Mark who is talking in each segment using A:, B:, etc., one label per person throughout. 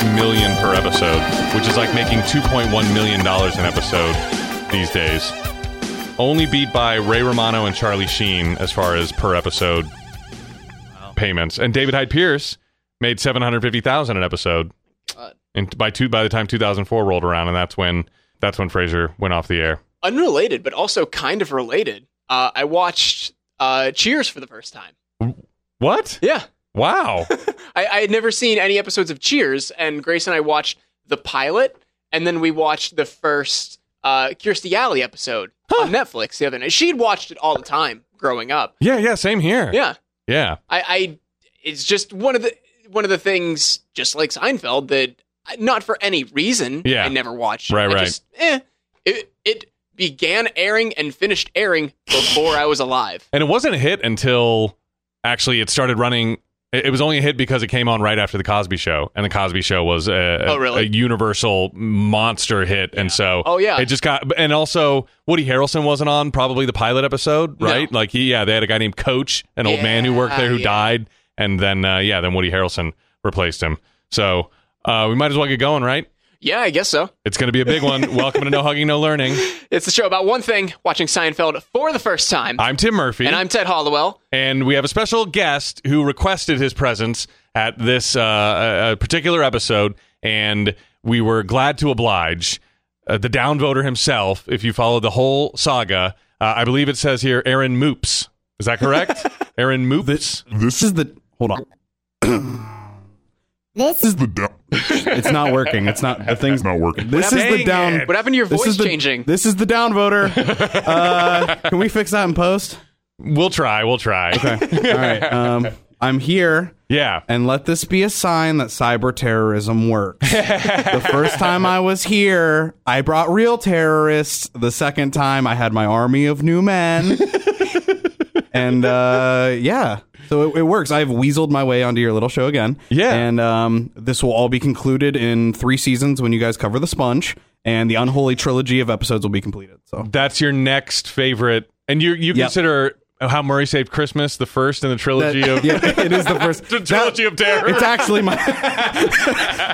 A: per episode, which is like making $2.1 million an episode these days. Only beat by Ray Romano and Charlie Sheen as far as per episode payments. And David Hyde Pierce made 750000 an episode
B: God.
A: and by, two, by the time 2004 rolled around, and that's when, that's when Frasier went off the air.
B: Unrelated, but also kind of related. Uh, I watched uh, Cheers for the first time.
A: What?
B: Yeah.
A: Wow.
B: I, I had never seen any episodes of Cheers, and Grace and I watched the pilot, and then we watched the first uh, Kirstie Alley episode on Netflix the other night. She'd watched it all the time growing up.
A: yeah, yeah, same here.
B: Yeah,
A: Yeah.
B: I, I it's just one of the one of the things, just like Seinfeld, that I- not for any reason
A: Yeah.
B: I never watched.
A: Right,
B: I
A: right.
B: Just, eh, it it began airing and finished airing before I was alive.
A: And it wasn't a hit until actually it started running. It it was only a hit because it came on right after the Cosby Show, and the Cosby Show was a, a-
B: Oh, really?
A: a universal monster hit, and so
B: Oh, yeah.
A: it just got. And also, Woody Harrelson wasn't on probably the pilot episode,
B: No.
A: right? Like he, yeah, they had a guy named Coach, an old man who worked
B: Yeah,
A: there who
B: yeah.
A: died, and then uh, yeah, then Woody Harrelson replaced him. So uh, we might as well get going, right?
B: Yeah, I guess so.
A: It's going to be a big one. Welcome to No Hugging, No Learning.
B: It's the show about one thing: watching Seinfeld for the first time.
A: I'm Tim Murphy,
B: and I'm Ted Hollowell.
A: And we have a special guest who requested his presence at this uh, uh, particular episode, and we were glad to oblige. Uh, the downvoter himself, if you follow the whole saga, uh, I believe it says here Aaron Moops. Is that correct? Aaron Moops.
C: This is the hold on.
D: This is the down.
C: It's not working. It's not the thing's not working. This is
A: Dang
C: the down.
A: it.
B: What happened to your
C: This
B: voice
C: is the
B: changing?
C: This is the downvoter. Uh, can we fix that in post?
A: we'll try. We'll try.
C: Okay. All right. Um, I'm here,
A: Yeah.
C: and let this be a sign that cyber terrorism works. the first time I was here, I brought real terrorists. The second time, I had my army of new men. and uh, yeah, so it, it works. I've weaseled my way onto your little show again.
A: Yeah.
C: and um, this will all be concluded in three seasons when you guys cover the sponge, and the unholy trilogy of episodes will be completed. So
A: That's your next favorite. And you, you
C: Yep.
A: consider How Murray Saved Christmas the first in the trilogy of.
C: yeah, it is the first
A: The trilogy of terror.
C: It's actually my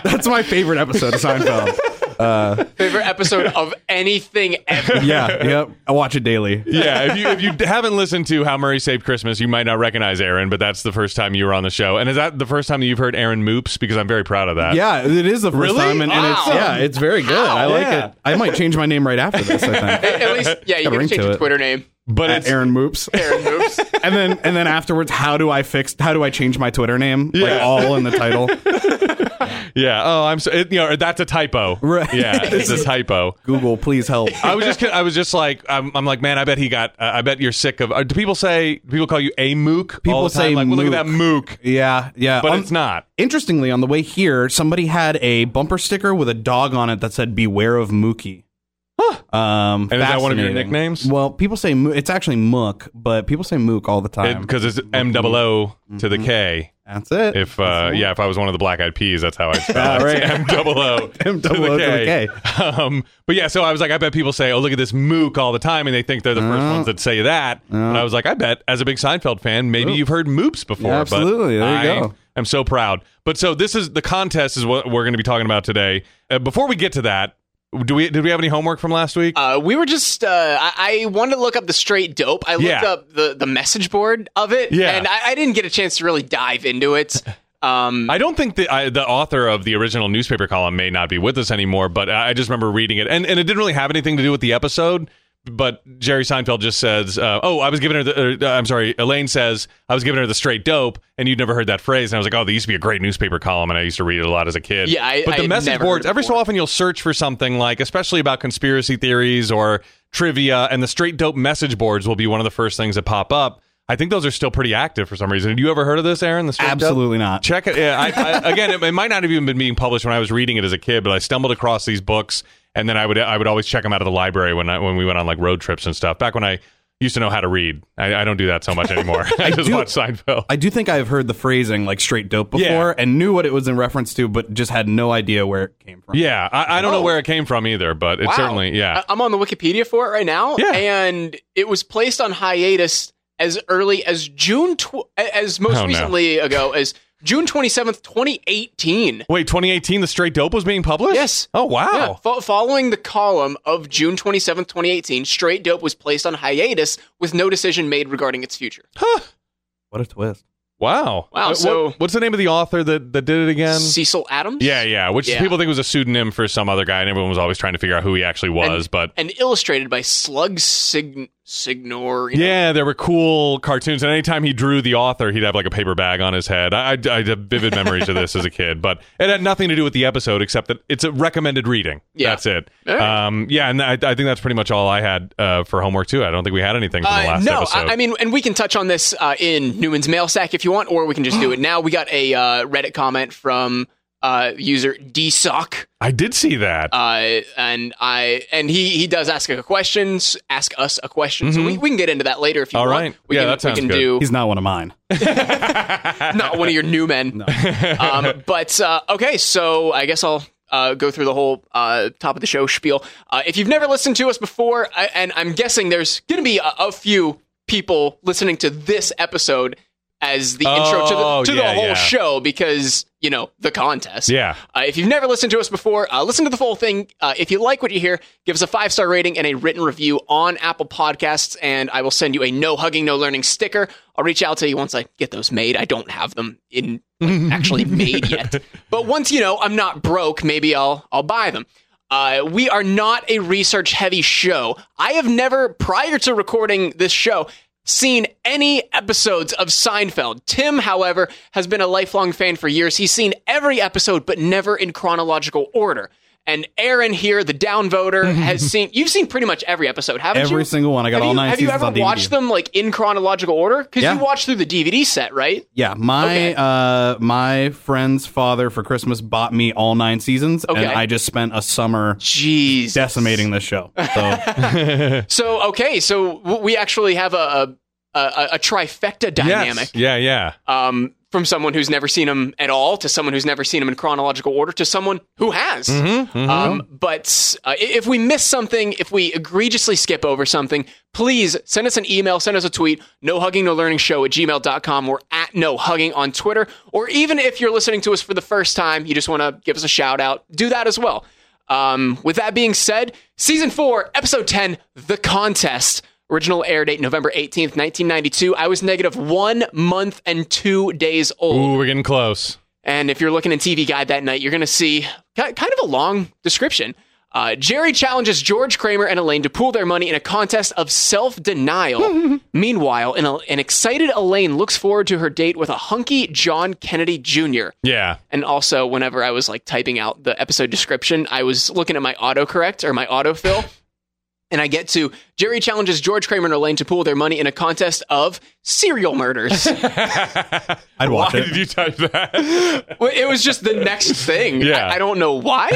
C: that's my favorite episode of Seinfeld.
B: Favorite episode of anything ever.
C: Yeah, yep. I watch it daily.
A: yeah, if you if you haven't listened to How Murray Saved Christmas, you might not recognize Aaron, but that's the first time you were on the show. And is that the first time that you've heard Aaron Moops? Because I'm very proud of that.
C: Yeah, it is the first
A: Really?
C: time, and, and it's
B: Wow.
C: yeah, it's very good. I like it. I might change my name right after this. I think
B: At least, yeah, you
C: Got a
B: can
C: ring
B: change
C: to
B: your
C: it.
B: Twitter name.
A: but
C: at
A: it's
C: uh, Aaron Moops,
B: Aaron moves.
C: and then and then afterwards, how do I fix? How do I change my Twitter name? Like
A: Yeah.
C: all in the title.
A: yeah. Oh, I'm so it, you know that's a typo.
C: Right.
A: Yeah, it's a typo.
C: Google, please help.
A: I was just I was just like I'm, I'm like man, I bet he got. Uh, I bet you're sick of. Uh, do people say do people call you a mook?
C: People
A: all the time?
C: say
A: like, well, look at that mook,
C: Yeah, yeah.
A: but
C: On-
A: it's not.
C: Interestingly, on the way here, somebody had a bumper sticker with a dog on it that said "Beware of Mookie." Um,
A: And is that one of your
C: fascinating.
A: nicknames?
C: Well, people say Moo- it's actually Mook, but people say Mook all the time.
A: Because it's M double O to
C: Mm-hmm.
A: the K.
C: That's it.
A: If uh, yeah, if I was one of the black eyed peas, that's how I spell
C: Ah,
A: it.
C: right.
A: M double O
C: M double O to the
A: Um, but yeah, so I was like, I bet people say, "Oh, look at this mook" all the time, and they think they're the first
C: Oh.
A: ones that say that. And I was like, I bet, as a big Seinfeld fan, maybe you've heard moops before.
C: Yeah, absolutely.
A: But
C: There you
A: I
C: go.
A: am so proud. But so this is the contest is what we're going to be talking about today. Uh, before we get to that, do we did we have any homework from last week?
B: Uh, we were just, uh, I-, I wanted to look up the straight dope. I looked
A: Yeah.
B: up the, the message board of it,
A: Yeah.
B: and I-, I didn't get a chance to really dive into it. Um,
A: I don't think the I, the author of the original newspaper column may not be with us anymore, but I I just remember reading it, and and it didn't really have anything to do with the episode. But Jerry Seinfeld just says, uh, "Oh, I was giving her the." Uh, I'm sorry, Elaine says I was giving her the straight dope, and you'd never heard that phrase. And I was like, "Oh, there used to be a great newspaper column, and I used to read it a lot as a kid."
B: Yeah, I-
A: but
B: I
A: the
B: had
A: message
B: never heard
A: boards.
B: it
A: Every so
B: before.
A: often, you'll search for something like, especially about conspiracy theories or trivia, and the straight dope message boards will be one of the first things that pop up. I think those are still pretty active for some reason. Have you ever heard of this, Aaron? The straight dope?
C: Absolutely not.
A: Check it. Yeah, I, I, again, it, it might not have even been being published when I was reading it as a kid, but I stumbled across these books, and then I would I would always check them out of the library when I, when we went on like road trips and stuff. Back when I used to know how to read, I, I don't do that so much anymore. I, just
C: do-
A: watch Seinfeld.
C: I do think I've heard the phrasing like straight dope before
A: Yeah.
C: and knew what it was in reference to, but just had no idea where it came from.
A: yeah, I, I don't
B: Oh.
A: know where it came from either, but it
B: wow. Uh,
A: certainly yeah.
B: I- am on the Wikipedia for it right now,
A: Yeah.
B: and it was placed on hiatus as early as June, tw- as most
A: Oh, no.
B: recently ago as June 27th, 2018.
A: Wait, 2018, the straight dope was being published.
B: Yes.
A: Oh wow.
B: Yeah, fo- following the column of June 27th, 2018, Straight Dope was placed on hiatus with no decision made regarding its future.
C: What a twist.
A: Wow. Uh,
B: Wow,
A: what-
B: so-
A: what's the name of the author that, that did it again?
B: Cecil Adams?
A: yeah, yeah. Which
B: Yeah.
A: people think was a pseudonym for some other guy, and everyone was always trying to figure out who he actually was. but
B: And illustrated by Slug Sign- Signor. you know?
A: yeah, there were cool cartoons, and anytime he drew the author, he'd have like a paper bag on his head. I, I, I have vivid memories of this as a kid, but it had nothing to do with the episode except that it's a recommended reading.
B: Yeah.
A: That's it.
B: All right.
A: Um, yeah, and I, I think that's pretty much all I had uh, for homework too. I don't think we had anything from the
B: Uh,
A: last
B: no,
A: episode.
B: I, I mean, and we can touch on this uh, in Newman's mail sack if you want, or we can just do it now. We got a uh, Reddit comment from uh, user DSock,
A: I did see that.
B: uh, and I and he he does ask a questions, ask us a question. So we, we can get into that later if you
A: Mm-hmm. All
B: want.
A: right.
B: we
A: Yeah,
B: can,
A: that sounds
B: we can
A: good.
B: do
C: He's not one of mine.
B: not one of your new men. um, but uh, okay, so I guess I'll uh, go through the whole uh, top of the show spiel. Uh, if you've never listened to us before, I, and I'm guessing there's going to be a, a few people listening to this episode as the intro to
A: Oh,
B: the, to
A: yeah,
B: the whole
A: yeah.
B: show because you know the contest.
A: yeah.
B: Uh, if you've never listened to us before, uh, listen to the full thing. Uh, if you like what you hear, give us a five star rating and a written review on Apple Podcasts, and I will send you a no hugging, no learning sticker. I'll reach out to you once I get those made. I don't have them in like, actually made yet, but once you know I'm not broke, maybe I'll I'll buy them. Uh, we are not a research heavy show. I have never, prior to recording this show, seen any episodes of Seinfeld. Tim, however, has been a lifelong fan for years. He's seen every episode, but never in chronological order. And Aaron here, the downvoter, has seen. You've seen pretty much every episode, haven't you?
C: Every single one. I got
B: have
C: all
B: you,
C: nine
B: have you
C: seasons
B: ever
C: on DVD.
B: watched them like in chronological order? Because
C: Yeah.
B: you watched through the DVD set, right?
C: Yeah, my
B: Okay.
C: uh my friend's father for Christmas bought me all nine seasons,
B: Okay.
C: and I just spent a summer
B: Jeez.
C: decimating this show. So
B: So okay, so w- we actually have a a, a, a trifecta dynamic
A: Yes. Yeah, yeah.
B: um, from someone who's never seen them at all to someone who's never seen them in chronological order to someone who has. Um, but uh, i- if we miss something, if we egregiously skip over something, please send us an email, send us a tweet, no hugging, no learning show at gmail.com or at no hugging on Twitter. Or even if you're listening to us for the first time, you just want to give us a shout out, do that as well. Um, with that being said, season four, episode 10, The Contest. Original air date November 18th, 1992. I was negative one month and two days old.
A: Ooh, we're getting close.
B: And if you're looking in TV Guide that night, you're going to see ki- kind of a long description. Uh, Jerry challenges George Kramer and Elaine to pool their money in a contest of self denial. Meanwhile, an, an excited Elaine looks forward to her date with a hunky John Kennedy Jr.
A: Yeah.
B: And also, whenever I was like typing out the episode description, I was looking at my autocorrect or my autofill. And I get to Jerry challenges George Kramer and Elaine to pool their money in a contest of serial murders.
C: I'd
A: Why
C: watch it.
A: did you type that?
B: Well, it was just the next thing.
A: Yeah.
B: I, I don't know why.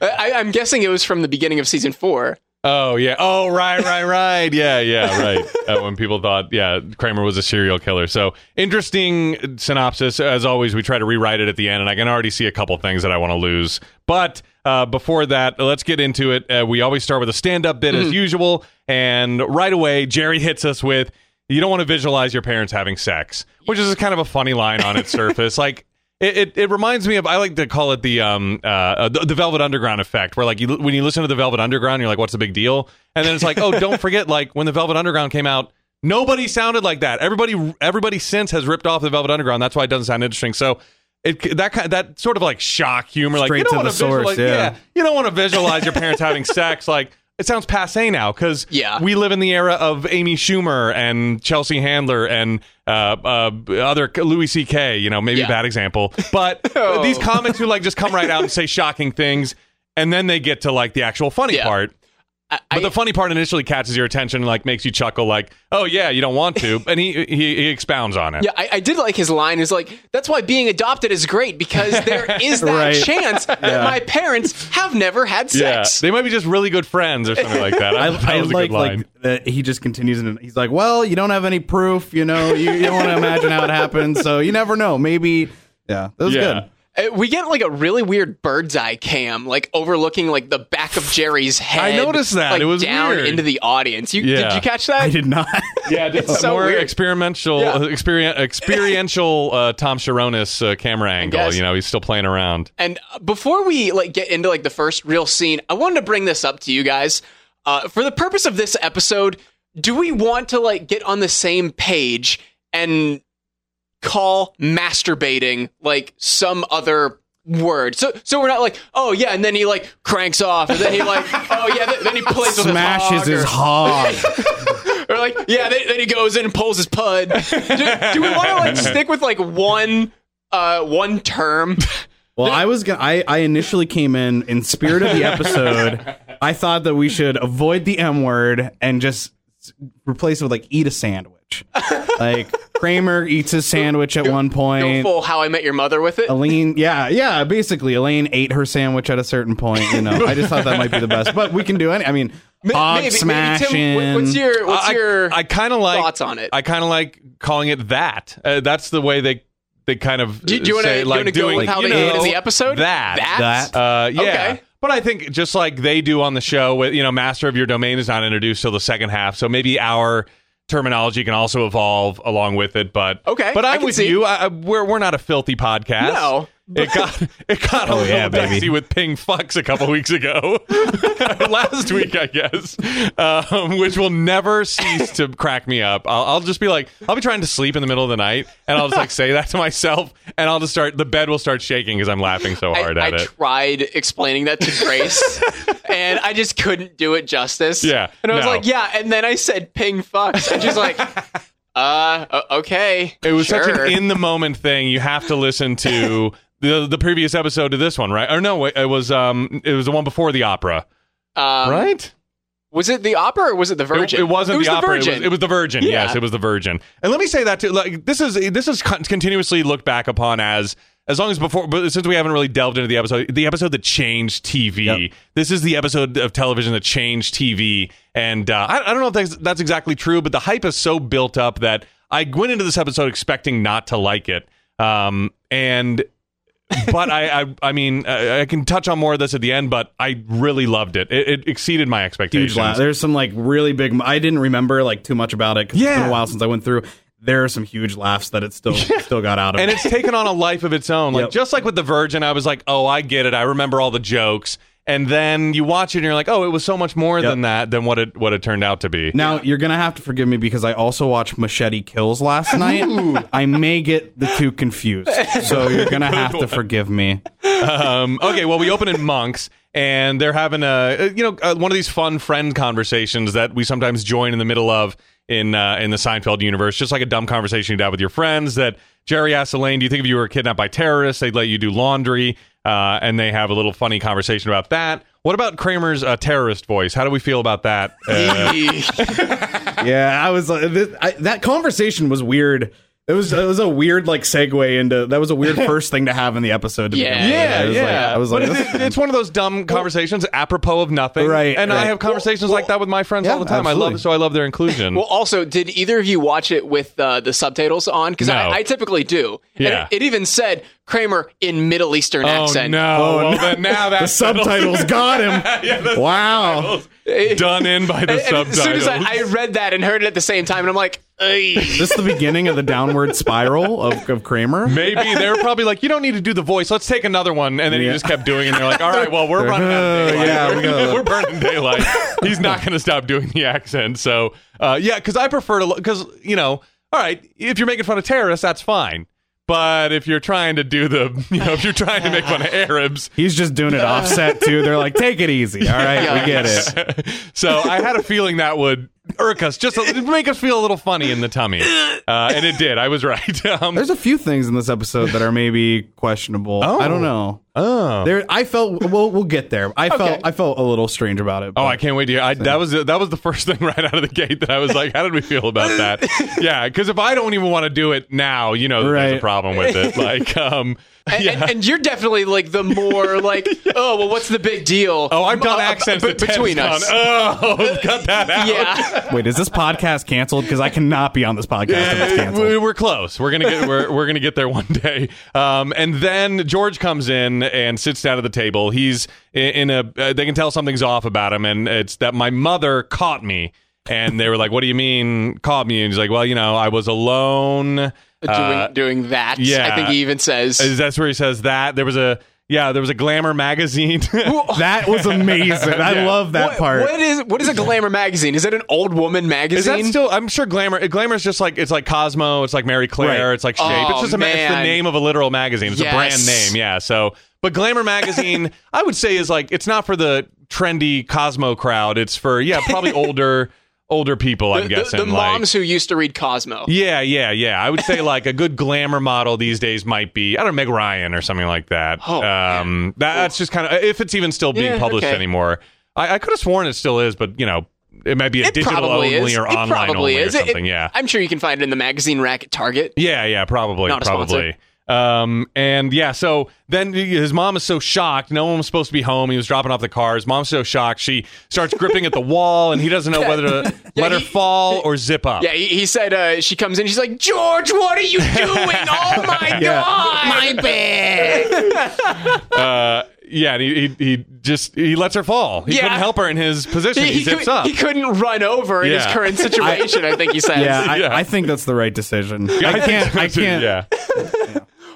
B: I, I'm guessing it was from the beginning of season four.
A: oh yeah. Oh right, right, right. Yeah, yeah, right. Uh, when people thought, yeah, Kramer was a serial killer. So interesting synopsis. As always, we try to rewrite it at the end, and I can already see a couple things that I want to lose. But uh, before that, let's get into it. Uh, we always start with a stand-up bit as usual, and right away, Jerry hits us with, "You don't want to visualize your parents having sex," which is kind of a funny line on its surface, like. It, it, it reminds me of I like to call it the um uh, uh the, the Velvet Underground effect, where like you, when you listen to the Velvet Underground, you're like, what's the big deal? And then it's like, oh, don't forget, like when the Velvet Underground came out, nobody sounded like that. Everybody everybody since has ripped off the Velvet Underground. That's why it doesn't sound interesting. So. It, that kind, that sort of like shock humor, like
C: Straight
A: you don't
C: to
A: want
C: the source,
A: visualize,
C: yeah.
A: you don't want to visualize your parents having sex. Like it sounds passe now because
B: Yeah.
A: we live in the era of Amy Schumer and Chelsea Handler and uh, uh, other Louis C.K. You know, maybe
B: Yeah.
A: bad example, but
B: Oh.
A: these comics who like just come right out and say shocking things, and then they get to like the actual funny
B: Yeah.
A: part.
B: I,
A: But
B: I-
A: the funny part initially catches your attention, and, like makes you chuckle, like, "Oh yeah, you don't want to," and he he, he expounds on it.
B: yeah, I, I did like his line. Is like that's why being adopted is great because there is that
C: Right.
B: chance that my parents have never had
A: Yeah,
B: sex.
A: they might be just really good friends or something like that. I, thought that
C: I
A: was a
C: like
A: good line.
C: like that he just continues and he's like, "Well, you don't have any proof, you know. You, you don't want to imagine how it happened, so you never know. Maybe, yeah, that was
A: yeah.
C: good.
B: Uh, We get like a really weird bird's eye cam, like overlooking like the back of Jerry's head.
A: noticed that.
B: like,
A: It was
B: down
A: weird.
B: into the audience. You
A: Yeah.
B: did you catch that?
C: I did not.
A: Yeah, it's
B: so
A: more
B: weird.
A: experimental,
B: Yeah.
A: experien- experiential uh, Tom Sharonis uh, camera angle.
B: guess.
A: You know, he's still playing around.
B: And uh, before we like get into like the first real scene, I wanted to bring this up to you guys. Uh, for the purpose of this episode, do we want to like get on the same page and call masturbating like some other word? So so we're not like, oh yeah, and then he like cranks off, and then he like, oh yeah, th- then he plays with
C: Smashes
B: his
C: his
B: hog,
C: hog.
B: or, or like yeah, then, then he goes in and pulls his pud. do, do we want to like stick with like one uh one term?
C: Well, I was gonna. I, I initially came in in spirit of the episode. I thought that we should avoid the M word and just s- replace it with like eat a sandwich. Like Kramer eats his sandwich at one
B: Go
C: point.
B: full How I Met Your Mother with it.
C: Elaine, yeah, yeah. Basically, Elaine ate her sandwich at a certain point. You know, I just thought that might be the best, but we can do any. I mean, hog smashing.
B: Tim, what- what's your what's
A: I,
B: your
A: I kind of like
B: thoughts on it?
A: I kind of like calling it that. Uh, that's the way they they kind of
B: do, do you want
A: say
B: to
A: like
B: go
A: doing
B: with how
A: you
B: they
A: know,
B: ended the episode?
A: that
B: That's-
C: That.
A: Uh, yeah.
B: Okay.
A: But I think just like they do on the show, with you know, master of your domain is not introduced till the second half, so maybe our terminology can also evolve along with it. But
B: Okay,
A: but
B: I
A: I'm
B: can
A: with
B: see.
A: you. I, I- we're we're not a filthy podcast.
B: No.
A: It got it got a little
C: Oh, yeah, baby.
A: dicey with ping fucks a couple weeks ago, last week I guess, um, which will never cease to crack me up. I'll, I'll just be like, I'll be trying to sleep in the middle of the night, and I'll just like say that to myself, and I'll just start. The bed will start shaking because I'm laughing so
B: I,
A: hard
B: I
A: at it.
B: tried explaining that to Grace, and I just couldn't do it justice.
A: Yeah,
B: and I was
A: no.
B: like, yeah, and then I said ping fucks, and she's like, uh, o- okay.
A: It was such
B: sure.
A: an in the moment thing. You have to listen to the the previous episode to this one, right? Or no, wait, it was um it was the one before the opera,
B: Um,
A: right?
B: Was it the opera or was it the
A: It,
B: Virgin?
A: it wasn't
B: was
A: the, opera. It was-
B: Virgin.
A: It was, the Virgin.
B: Yeah.
A: Yes, it was the Virgin. And let me say that too. Like this is this is con- continuously looked back upon as as long as before, but since we haven't really delved into the episode, the episode that changed TV.
C: Yep.
A: This is the episode of television that changed TV. And uh, I, I don't know if that's, that's exactly true, but the hype is so built up that I went into this episode expecting not to like it. Um, and but I, I, I mean, I, I can touch on more of this at the end. But I really loved it. It, it exceeded my expectations.
C: huge laugh. There's some like really big. mo- I didn't remember like too much about it because it's
A: Yeah.
C: been a while since I went through. There are some huge laughs that it still still got out of.
A: and
C: me.
A: it's taken on a life of its own. Like
C: Yep.
A: just like with the Virgin, I was like, oh, I get it. I remember all the jokes. And then you watch it and you're like, oh, it was so much more
C: Yep.
A: than that than what it what it turned out to be.
C: Now you're gonna have to forgive me because I also watched Machete Kills last night. I may get the two confused, so you're gonna have to forgive me.
A: Um, okay, well, we open in monks, and they're having a you know uh, one of these fun friend conversations that we sometimes join in the middle of in uh, in the Seinfeld universe, just like a dumb conversation you'd have with your friends. That Jerry asks Elaine, "Do you think if you were kidnapped by terrorists, they'd let you do laundry?" Uh, and they have a little funny conversation about that. What about Kramer's uh, terrorist voice? How do we feel about that? Uh,
C: Yeah, I was like, this, I, that conversation was weird. It was it was a weird like segue into that was a weird first thing to have in the episode. To
B: Yeah.
C: begin with.
A: yeah,
C: I was
A: yeah.
C: Like,
A: But
C: I was like,
A: it's, it's one of those dumb conversations apropos of nothing,
C: Right,
A: And I
C: right.
A: have conversations like that with my friends
C: Yeah,
A: all the time. I
C: absolutely.
A: love so I love their inclusion.
B: Well, also, did either of you watch it with uh, the subtitles on? Because
A: No.
B: I, I typically do. And
A: Yeah. Oh,
B: it, it even said Kramer in Middle Eastern accent.
A: no! well,
C: Oh, no.
A: then now
C: the
A: that's
C: subtitles got him. wow,
A: done in by the
B: And
A: subtitles.
B: as soon as I, I read that and heard it at the same time, and I'm like, "Ey."
C: this is the beginning of the downward spiral of, of Kramer.
A: Maybe they're probably like, you don't need to do the voice. Let's take another one, and then he
C: Yeah.
A: just kept doing. it. And they're like, all right, well, we're running out of
C: Uh,
A: daylight.
C: yeah, we
A: we're,
C: gotta-
A: we're burning daylight. He's not going to stop doing the accent. So, uh, yeah, because I prefer to because you know, all right, if you're making fun of terrorists, that's fine. But if you're trying to do the, you know, if you're trying to make fun of Arabs,
C: He's just doing it offset too. They're like, take it easy. All right, we get it.
A: so I had a feeling that would irk us, just a, make us feel a little funny in the tummy, uh, and it did. I was right. Um,
C: There's a few things in this episode that are maybe questionable. I don't know.
A: Oh.
C: There, I felt. We'll we'll get there. I
B: Okay.
C: felt. I felt a little strange about it.
A: Oh,
C: but-
A: I can't wait to hear. I, that was that was the first thing right out of the gate that I was like, "How did we feel about that?" Yeah, because if I don't even want to do it now, you know, that there's a
C: Right.
A: problem with it. Like, um,
B: And,
A: yeah.
B: and, and you're definitely like the more like, oh well, what's the big deal?
A: oh, I've done
B: Uh,
A: accents
B: b-
A: that Ted's
B: between
A: done.
B: us.
A: Oh, cut that out.
B: yeah,
C: Wait, is this podcast canceled? Because I cannot be on this podcast if it's
A: Uh,
C: canceled.
A: we- we're close. We're gonna get we're, we're gonna get there one day. Um, and then George comes in and sits down at the table. He's i- in a. Uh, they can tell something's off about him, and it's that my mother caught me. And they were like, "What do you mean caught me?" And he's like, "Well, you know, I was alone." Uh,
B: doing, doing that.
A: yeah.
B: I think he even says
A: is- that's where he says that there was a yeah there was a Glamour magazine.
C: That was amazing. I
A: Yeah.
C: love that
B: What-
C: part.
B: What is what is a glamour magazine? Is it an old woman magazine?
A: Is that still? I'm sure Glamour. Glamour's just like it's like Cosmo. It's like Mary Claire.
C: Right.
A: It's like Shape. it's
B: Oh,
A: just a, ma- it's the
B: man.
A: name of a literal magazine. It's
B: Yes.
A: a brand name. Yeah. So, but Glamour magazine, I would say, is like it's not for the trendy Cosmo crowd. It's for yeah, probably older older people. I'm
B: the, the-
A: guessing
B: the
A: like,
B: moms who used to read Cosmo.
A: Yeah, yeah, yeah. I would say like a good glamour model these days might be I don't know Meg Ryan or something like that.
B: Oh,
A: um, that, that's just kind of if it's even still being
B: Yeah,
A: published
B: okay.
A: anymore. I, I could have sworn it still is, but you know, it might be a
B: It
A: digital only
B: probably is.
A: or
B: it
A: online
B: probably
A: only
B: is.
A: or
B: It- it-
A: something. yeah,
B: I'm sure you can find it in the magazine rack at Target.
A: yeah, yeah, probably,
B: Not a sponsor.
A: probably. Um, and yeah, so then his mom is so shocked. No one was supposed to be home. He was dropping off the car. His mom's so shocked. She starts gripping at the wall, and he doesn't know whether to let her
B: he-
A: fall or zip up.
B: Yeah, he, he said uh, she comes in. She's like, George, what are you doing? Oh my god, my bad.
A: uh, yeah, and he, he he just he lets her fall. He
B: Yeah.
A: couldn't help her in his position. He,
B: He,
A: zips
B: could,
A: up.
B: not run over in
A: Yeah.
B: his current situation. I think he says.
C: yeah, I,
A: Yeah.
C: I think that's the right decision.
A: Yeah,
C: I
A: think
C: can't.
A: so
C: I
A: too,
C: can't.
A: Yeah.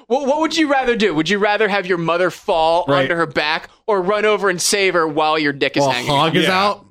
B: Well, what would you rather do? Would you rather have your mother fall
C: Right.
B: onto her back or run over and save her while your dick is
C: While
B: hanging?
C: hog is
A: Yeah.
C: out,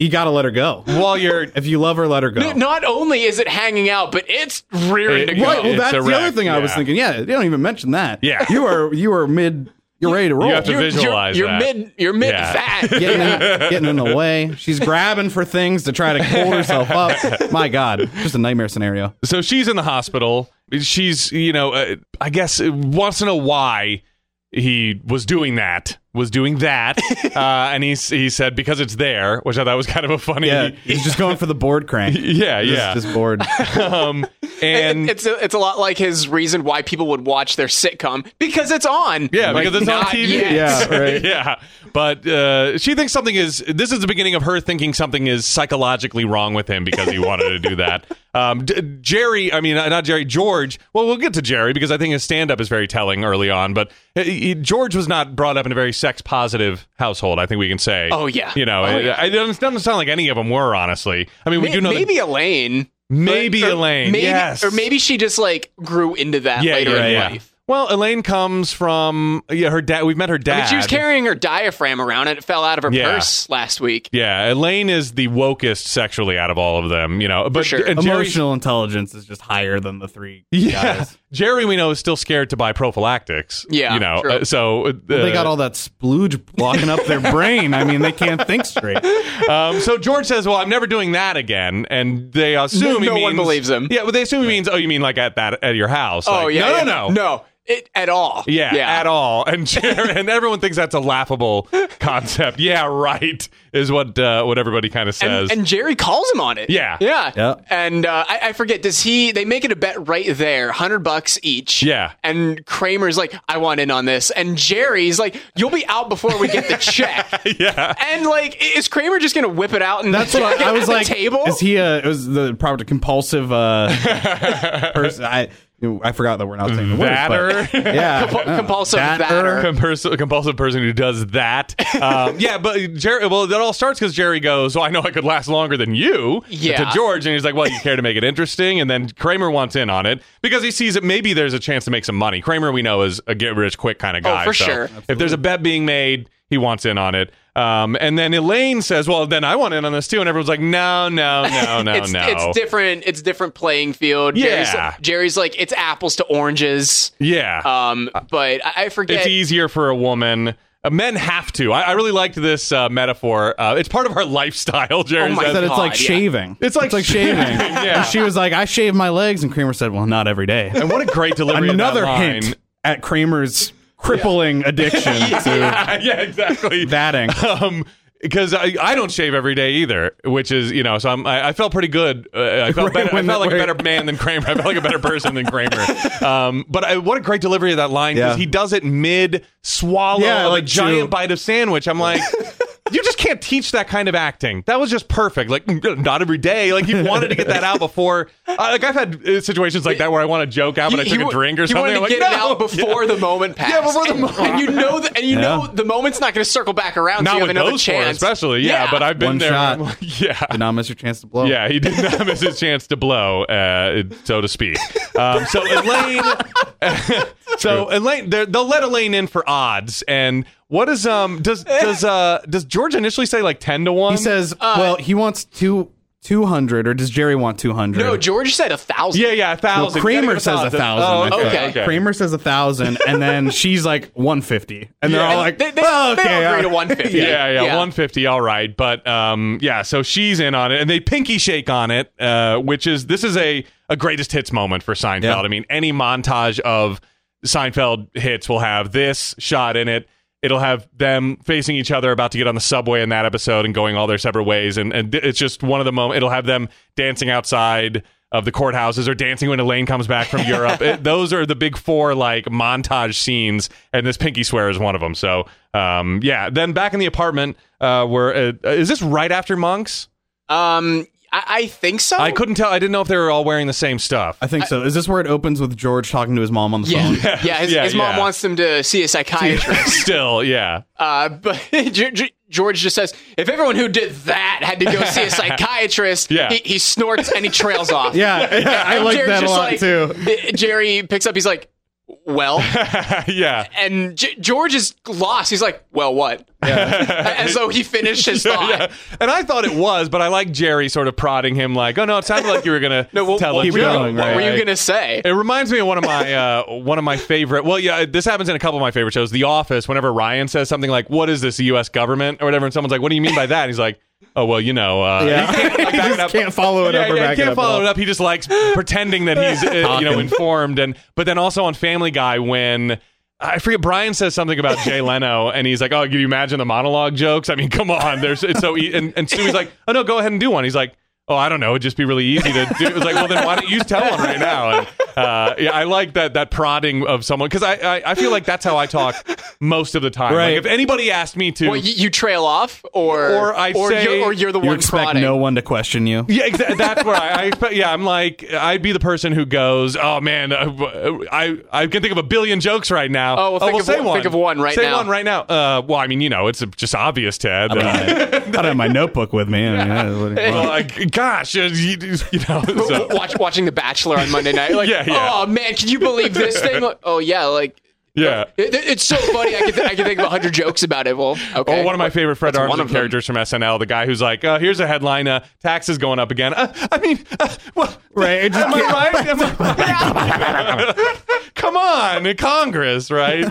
C: you gotta let her go.
A: While you're
C: If you love her, let her go.
B: N- Not only is it hanging out, but it's rearing to
A: It-
B: go.
A: Right,
C: Right. Well,
A: It's
C: that's
A: a
C: the
A: wreck,
C: other thing I was
A: yeah.
C: thinking. Yeah, you don't even mention that.
A: Yeah.
C: you are you are mid. You're ready to roll.
A: have to
B: You're-
A: visualize
B: you're,
A: that.
B: You're mid. You're mid
A: Yeah.
B: fat.
C: getting, in, getting in the way. She's grabbing for things to try to hold herself up. My God, just a nightmare scenario.
A: so she's in the hospital. She's you know uh, I guess uh, wants to know why he was doing that was doing that, uh, and he s- he said because it's there, which I thought was kind of a funny.
C: Yeah, he's just going for the board crank.
A: Yeah, yeah.
C: just, just bored.
A: um, and
B: it's a, it's a lot like his reason why people would watch their sitcom because it's on.
A: Yeah, because it's on
B: not
A: TV.
B: yet.
C: Yeah, right.
A: yeah. But uh, she thinks something is. This is the beginning of her thinking something is psychologically wrong with him because he wanted to do that. Um, D- Jerry, I mean, uh, not Jerry, George. Well, we'll get to Jerry because I think his stand up is very telling early on. But uh, he- he- George was not brought up in a very sex positive household, I think we can say.
B: Oh, yeah.
A: You know,
B: Oh,
A: it,
B: yeah.
A: it doesn't, doesn't sound like any of them were, honestly. I mean, we
B: Ma-
A: do know that-
B: maybe Elaine.
A: Maybe
B: But- or
A: Elaine.
B: Maybe,
A: yes.
B: Or maybe she just like grew into that
A: yeah,
B: later
A: yeah,
B: in
A: yeah.
B: life.
A: Well, Elaine comes from yeah her dad. We've met her dad.
B: I mean, she was carrying her diaphragm around and it fell out of her
A: Yeah.
B: purse last week.
A: Yeah, Elaine is the wokest sexually out of all of them, you know. But
B: sure.
A: and Jerry,
C: Emotional intelligence is just higher than the three.
A: yeah,
C: guys.
A: Jerry we know is still scared to buy prophylactics.
B: Yeah,
A: you know.
B: true.
A: uh, so uh,
C: Well, they got all that splooge blocking up their brain. I mean, they can't think straight.
A: um, so George says, "Well, I'm never doing that again," and they assume he
B: No
A: means,
B: one believes him.
A: Yeah, but they assume he means, "Oh, you mean like at that at your house?"
B: Oh
A: Like,
B: yeah.
A: no,
B: yeah.
A: no, no,
B: No. It, at all.
A: Yeah, at all. And Jerry, and everyone thinks that's a laughable concept. yeah, right is what uh, what everybody kind of says.
B: And, and Jerry calls him on it.
A: Yeah.
B: Yeah.
C: Yeah.
B: And uh, I, I forget, does he, they make it a bet right there, 100 bucks each.
A: Yeah.
B: And Kramer's like, I want in on this. And Jerry's like, you'll be out before we get the check.
A: yeah.
B: and like, i- is Kramer just going to whip it out and
C: That's what I, I was
B: the
C: like.
B: table?
C: Is he a? It was the probably compulsive uh, person. I I forgot that we're not saying the words,
A: Batter.
C: but- yeah, Uh,
B: Compu- compulsive
C: Batter.
B: batter.
A: compulsive, compulsive person who does that. Um, yeah, but Jerry. Well, that all starts because Jerry goes, "Well, I know I could last longer than you."
B: Yeah.
A: To George, and he's like, "Well, you care to make it interesting?" And then Kramer wants in on it because he sees that maybe there's a chance to make some money. Kramer, we know, is a get rich quick kind of guy.
B: Oh, for
A: so
B: sure.
A: If there's a bet being made, he wants in on it. Um, and then Elaine says, "Well, then I want in on this too." And everyone's like, "No, no, no, no,
B: it's,
A: no."
B: it's different. It's different playing field.
A: Yeah.
B: Jerry's, Jerry's like, it's apples to oranges.
A: yeah.
B: Um, but I, I forget.
A: it's easier for a woman. Uh, men have to. I, I really liked this uh, metaphor. Uh, it's part of our lifestyle, Jerry.
B: Oh my
A: says.
C: Said it's like
B: God, yeah.
C: shaving.
A: It's like
C: shaving.
A: Yeah.
C: And she was like, I shave my legs, and Kramer said, Well, not every day.
A: And what a great delivery! of that
C: Another
A: line.
C: hint at Kramer's crippling addiction to
A: yeah, exactly.
C: that ink.
A: um because I, I don't shave every day either, which is you know so I'm, I, I felt pretty good. Uh, I felt
C: Right,
A: better, I
C: when
A: felt
C: the-
A: like a better man than Kramer. I felt like a better person than Kramer. Um, but I, what a great delivery of that line because
C: Yeah.
A: he does it mid swallow
C: Yeah,
A: of a
C: like
A: giant
C: chew.
A: bite of sandwich. I'm like. You just can't teach that kind of acting. That was just perfect. Like mm, not every day. Like he wanted to get that out before. Uh, like I've had uh, situations like that where I want to joke out, but I took a
B: wa-
A: drink or
B: you
A: something.
B: wanted to
A: I'm like,
B: get it
A: "No!"
B: out before the moment passed.
A: before the
B: and,
A: moment.
B: And you know that, and you
C: Yeah.
B: know the moment's not going to circle back around. so
A: not
B: you have
A: with
B: another
A: those four,
B: chance,
A: especially. Yeah, but I've been
C: One
A: there.
C: shot.
A: I'm like, yeah,
C: Did not miss your chance to blow.
A: Yeah, he did not miss his chance to blow, uh, so to speak. Um, so Elaine, so Elaine, they're- they'll let Elaine in for odds. And what is um does does uh does George initially say like ten to one?
C: He says,
A: Uh,
C: well, he wants two, 200, or does Jerry want 200?
B: no, George said a thousand.
A: yeah, yeah, a thousand.
C: Well,
A: You gotta go
C: Kramer
A: to
C: says a thousand.
A: Oh,
C: I
A: okay,
C: think.
A: okay.
C: Kramer says a thousand, and then she's like one fifty, and they're
A: Yeah.
C: all
A: And
C: like,
B: they, they,
C: "Oh, okay,
B: they all agree
C: uh,
B: to one fifty.
A: Yeah, yeah, 150. All right, but um, yeah. So she's in on it, and they pinky shake on it, uh, which is this is a a greatest hits moment for Seinfeld.
C: Yeah.
A: I mean, any montage of Seinfeld hits will have this shot in it. It'll have them facing each other, about to get on the subway in that episode, and going all their separate ways. And and it's just one of the moments. It'll have them dancing outside. Of the courthouses or dancing when Elaine comes back from Europe. It- those are the big four like montage scenes, and this pinky swear is one of them. So um, yeah. Then back in the apartment, uh, where uh, is this right after monks?
B: Um, I, I think so.
A: I couldn't tell. I didn't know if they were all wearing the same stuff.
C: I think so. Is this where it opens with George talking to his mom on the
B: Yeah,
C: phone?
B: yeah. His,
A: Yeah,
B: his mom
A: yeah.
B: wants him to see a psychiatrist.
A: Still, yeah.
B: Uh, but G- G- George just says, if everyone who did that had to go see a psychiatrist,
A: Yeah.
B: he, he snorts and he trails off.
C: Yeah, yeah, I
B: And
C: like
B: Jerry's
C: that a
B: just
C: lot
B: like-
C: too.
B: uh, Jerry picks up, he's like, well,
A: yeah.
B: and G- George is lost. He's like, well, what? and so he finished his thought.
A: Yeah. And I thought it was, but I like Jerry sort of prodding him, like, "Oh no, it sounded like you were gonna
B: No, what,
A: tell
B: what
A: a
B: were you
A: joke."
B: gonna-
C: going,
B: what
C: right?
B: were you
A: Like,
B: going to say?
A: It reminds me of one of my uh, one of my favorite. Well, yeah, this happens in a couple of my favorite shows. The Office. Whenever Ryan says something like, "What is this, the U.S. government?" or whatever, and someone's like, "What do you mean by that?" And he's like, "Oh well, you know." Uh,
C: Yeah, he
A: Back it
C: just
A: up.
C: can't follow it
A: yeah,
C: up or
A: yeah,
C: back
A: he
C: it
A: can't
C: up. at
A: follow
C: all.
A: it up. He just likes pretending that he's uh, you know
C: Talking.
A: informed, and but then also on Family Guy when. I forget. Brian says something about Jay Leno, and he's like, "Oh, can you imagine the monologue jokes? I mean, come on, there's it's so." E-. And and Stewie's like, "Oh no, go ahead and do one." He's like, "Oh, I don't know. It'd just be really easy to do." It's like, "Well, then why don't you tell one right now?" And uh, yeah, I like that that prodding of someone because I, I I feel like that's how I talk most of the time.
C: Right.
A: Like, if anybody asked me to,
B: Well, you, you trail off, or
A: Or I
B: or
A: say-
B: you're, or you're the
C: You
B: one
C: expect
B: prodding.
C: no one to question you.
A: Yeah, exactly. That's where I, I. Yeah, I'm like, I'd be the person who goes, "Oh man, uh, I I can think of a billion jokes right now."
B: Oh, well, think of
A: say
B: one-
A: one.
B: think of one right
A: say
B: now.
A: one right now. Uh, well, I mean, you know, it's just obvious, Ted.
C: I
A: Uh,
C: don't have my notebook with me. I mean, yeah, what do you want?
A: like, gosh, you, you, you know. so-
B: Watch, watching The Bachelor on Monday night, like,
A: Yeah, yeah.
B: oh man, can you believe this thing? Like, oh yeah, like
A: yeah.
B: It, it- it's so funny. I can, th- I can think of a hundred jokes about it. Well, okay.
A: Oh, one of my favorite Fred
B: That's one
A: Armisen
B: of them.
A: characters from SNL, the guy who's like, uh, "Here's a headline: uh, Taxes going up again." Uh, I mean, uh, what?
C: Right, it just
A: Am I right? Am I right? Come on, Congress, right?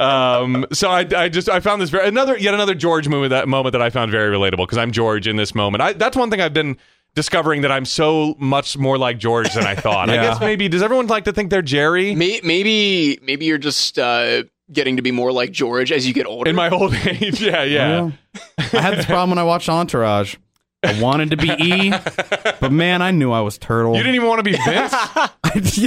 A: um, so I, I just I found this very another yet another George moment that moment that I found very relatable because I'm George in this moment. I, that's one thing I've been discovering that I'm so much more like George than I thought. I
C: Yeah.
A: guess maybe does everyone like to think they're Jerry?
B: May- Maybe, maybe you're just uh, getting to be more like George as you get older.
A: in my old age, yeah, yeah.
C: I had this problem when I watched Entourage. I wanted to be E, but man, I knew I was turtle.
A: You didn't even want to be Vince.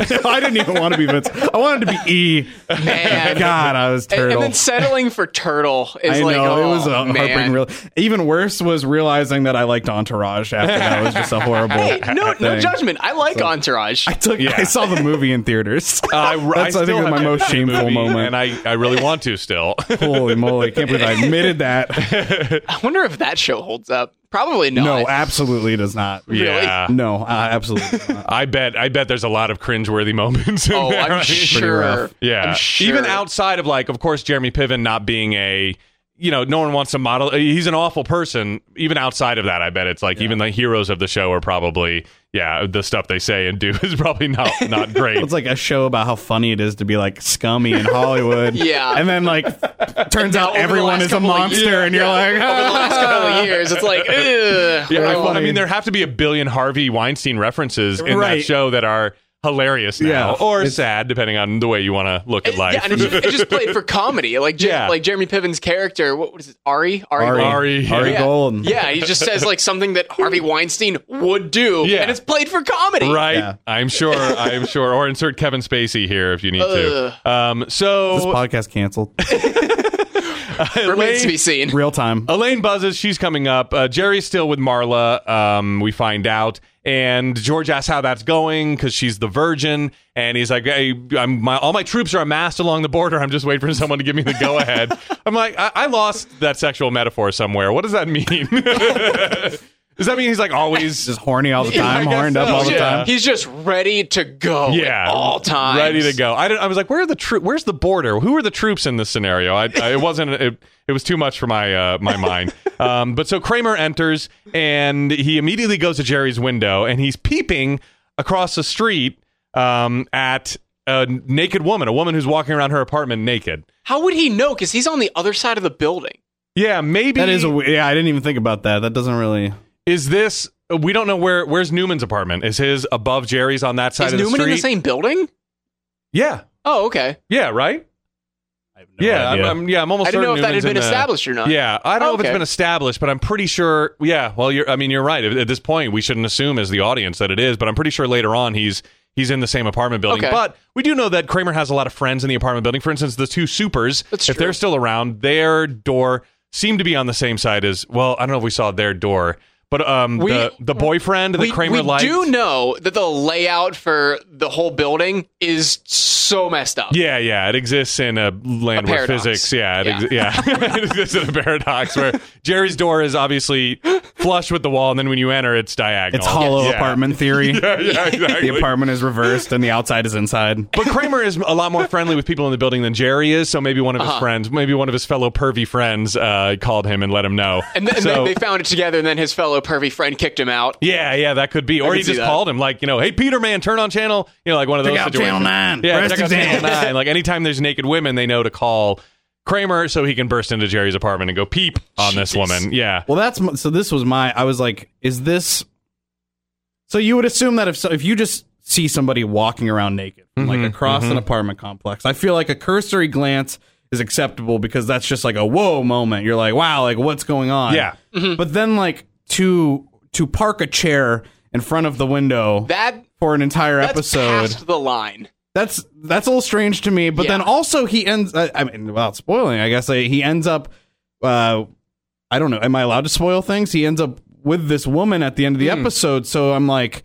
C: I didn't even want to be Vince. I wanted to be E.
B: man.
C: God, I was
B: And,
C: turtle.
B: and then settling for turtle is
C: I
B: like,
C: know
B: oh,
C: it was a
B: man.
C: heartbreaking. Real, even worse was realizing that I liked Entourage. After that was just a horrible.
B: Hey, no, no
C: thing.
B: judgment. I like Entourage.
C: I took.
A: Yeah. Uh,
C: I saw the movie in theaters.
A: I,
C: That's, I,
A: still
C: think was
A: have
C: my
A: to
C: most
A: see the
C: shameful
A: movie,
C: moment.
A: and I, I really want to still.
C: Holy moly! Can't believe I admitted that.
B: I wonder if that show holds up. Probably not.
C: No, absolutely does not.
A: Yeah,
C: No, uh, absolutely. does not.
A: I bet I bet there's a lot of cringeworthy moments. In
B: oh,
A: there,
B: I'm
A: right?
B: sure.
C: rough.
A: Yeah,
B: I'm sure.
A: even outside of like, of course, Jeremy Piven not being a, you know, no one wants to model. uh, He's an awful person. Even outside of that, I bet it's like even the heroes of the show are probably yeah the stuff they say and do is probably not not great.
C: It's like a show about how funny it is to be like scummy in Hollywood.
B: Yeah.
C: and then like turns out
B: over the
C: everyone
B: last
C: is a
B: couple of
C: monster,
B: years-
C: and you're
B: yeah,
C: like,
B: over the last couple of years, it's like, ugh.
A: Yeah, I,
C: Right.
A: I mean, there have to be a billion Harvey Weinstein references in that
C: Right.
A: show that are hilarious now,
C: Yeah.
A: or sad, depending on the way you want to look at life.
B: Yeah, and it just, it just played for comedy. Like, Jer-
A: Yeah.
B: like Jeremy Piven's character, what was it? Ari?
C: Ari,
B: Gold?
A: Ari,
C: Ari,
A: yeah.
C: Gold.
B: Yeah, he just says like something that Harvey Weinstein would do,
A: Yeah.
B: and it's played for comedy.
A: Right,
C: Yeah.
A: I'm sure. I'm sure. Or insert Kevin Spacey here if you need to. Um,
C: Uh. This
A: so
C: podcast canceled.
B: Remains to be
A: Elaine,
B: seen.
C: Real time.
A: Elaine buzzes. She's coming up. Uh, Jerry's still with Marla. Um, we find out, and George asks how that's going because she's the virgin, and he's like, "Hey, I'm my all my troops are amassed along the border. I'm just waiting for someone to give me the go ahead." I'm like, I-, "I lost that sexual metaphor somewhere. What does that mean?" does that mean he's like always
C: Just horny all the time,
A: I guess
C: horned up
A: so.
C: all the
A: Yeah.
C: time.
B: He's just ready to go.
A: yeah,
B: at all times.
A: ready to go. I, don't- I was like, where are the tro- where's the border? Who are the troops in this scenario? I, I it wasn't it, it was too much for my uh, my mind. Um, but so Kramer enters and he immediately goes to Jerry's window and he's peeping across the street um, at a naked woman, a woman who's walking around her apartment naked.
B: How would he know? Because he's on the other side of the building.
A: Yeah, maybe
C: That is a w- yeah. I didn't even think about that. That doesn't really.
A: is this. We don't know where. Where's Newman's apartment? Is his above Jerry's on that side
B: Is
A: of the
B: Newman in
A: street?
B: the same building?
A: yeah,
B: Oh, okay.
A: yeah, right. yeah, I'm,
C: idea.
A: I'm- yeah. I'm almost.
B: I didn't know if
A: certain
B: that had
A: Newman's in
B: been
A: the-
B: established or not.
A: Yeah, I don't know if it's
B: Okay.
A: been established, but I'm pretty sure. Yeah, well, you're. I mean, you're right. At, at this point, we shouldn't assume as the audience that it is, but I'm pretty sure later on he's he's in the same apartment building.
B: Okay.
A: But we do know that Kramer has a lot of friends in the apartment building. For instance, the two supers,
B: That's
A: if
B: true.
A: they're still around, their door seemed to be on the same side as. Well, I don't know if we saw their door, but um,
B: We-
A: the the boyfriend that
B: We,
A: Kramer
B: we
A: liked.
B: do know that the layout for the whole building is so messed up.
A: Yeah, yeah, it exists in a land
B: A
A: where
B: paradox.
A: physics. Yeah, it
B: Yeah.
A: Ex- yeah, it exists in a paradox where Jerry's door is obviously flush with the wall, and then when you enter, it's diagonal.
C: It's hollow
A: Yeah.
C: apartment theory.
A: Yeah, yeah, exactly.
C: The apartment is reversed and the outside is inside.
A: but Kramer is a lot more friendly with people in the building than Jerry is, so maybe one of his
B: Uh-huh.
A: friends, maybe one of his fellow pervy friends, uh, called him and let him know.
B: And, th- and
A: so,
B: they, they found it together, and then his fellow pervy friend kicked him out.
A: yeah, yeah, that could be, or
B: can
A: he
B: see
A: just
B: that.
A: called him like, you know, hey Peter, man, turn on channel, you know, like one of those
C: Check out
A: situations.
C: Channel 9.
A: yeah,
C: Press
A: check out
C: exam.
A: channel nine. Like anytime there's naked women, they know to call Kramer so he can burst into Jerry's apartment and go peep on this woman. Yeah,
C: Well, that's m- so. This was my. I was like, is this? So you would assume that if so, if you just see somebody walking around naked, from, like across an apartment complex, I feel like a cursory glance is acceptable because that's just like a whoa moment. You're like, wow, like what's going on?
A: Yeah.
B: Mm-hmm.
C: But then like to to park a chair in front of the window
B: That
C: for an entire
B: that's
C: episode.
B: past the line.
C: that's that's a little strange to me. But
B: Yeah.
C: then also he ends. I, I mean, without spoiling, I guess like, he ends up. Uh, I don't know. Am I allowed to spoil things? He ends up with this woman at the end of the episode. So I'm like,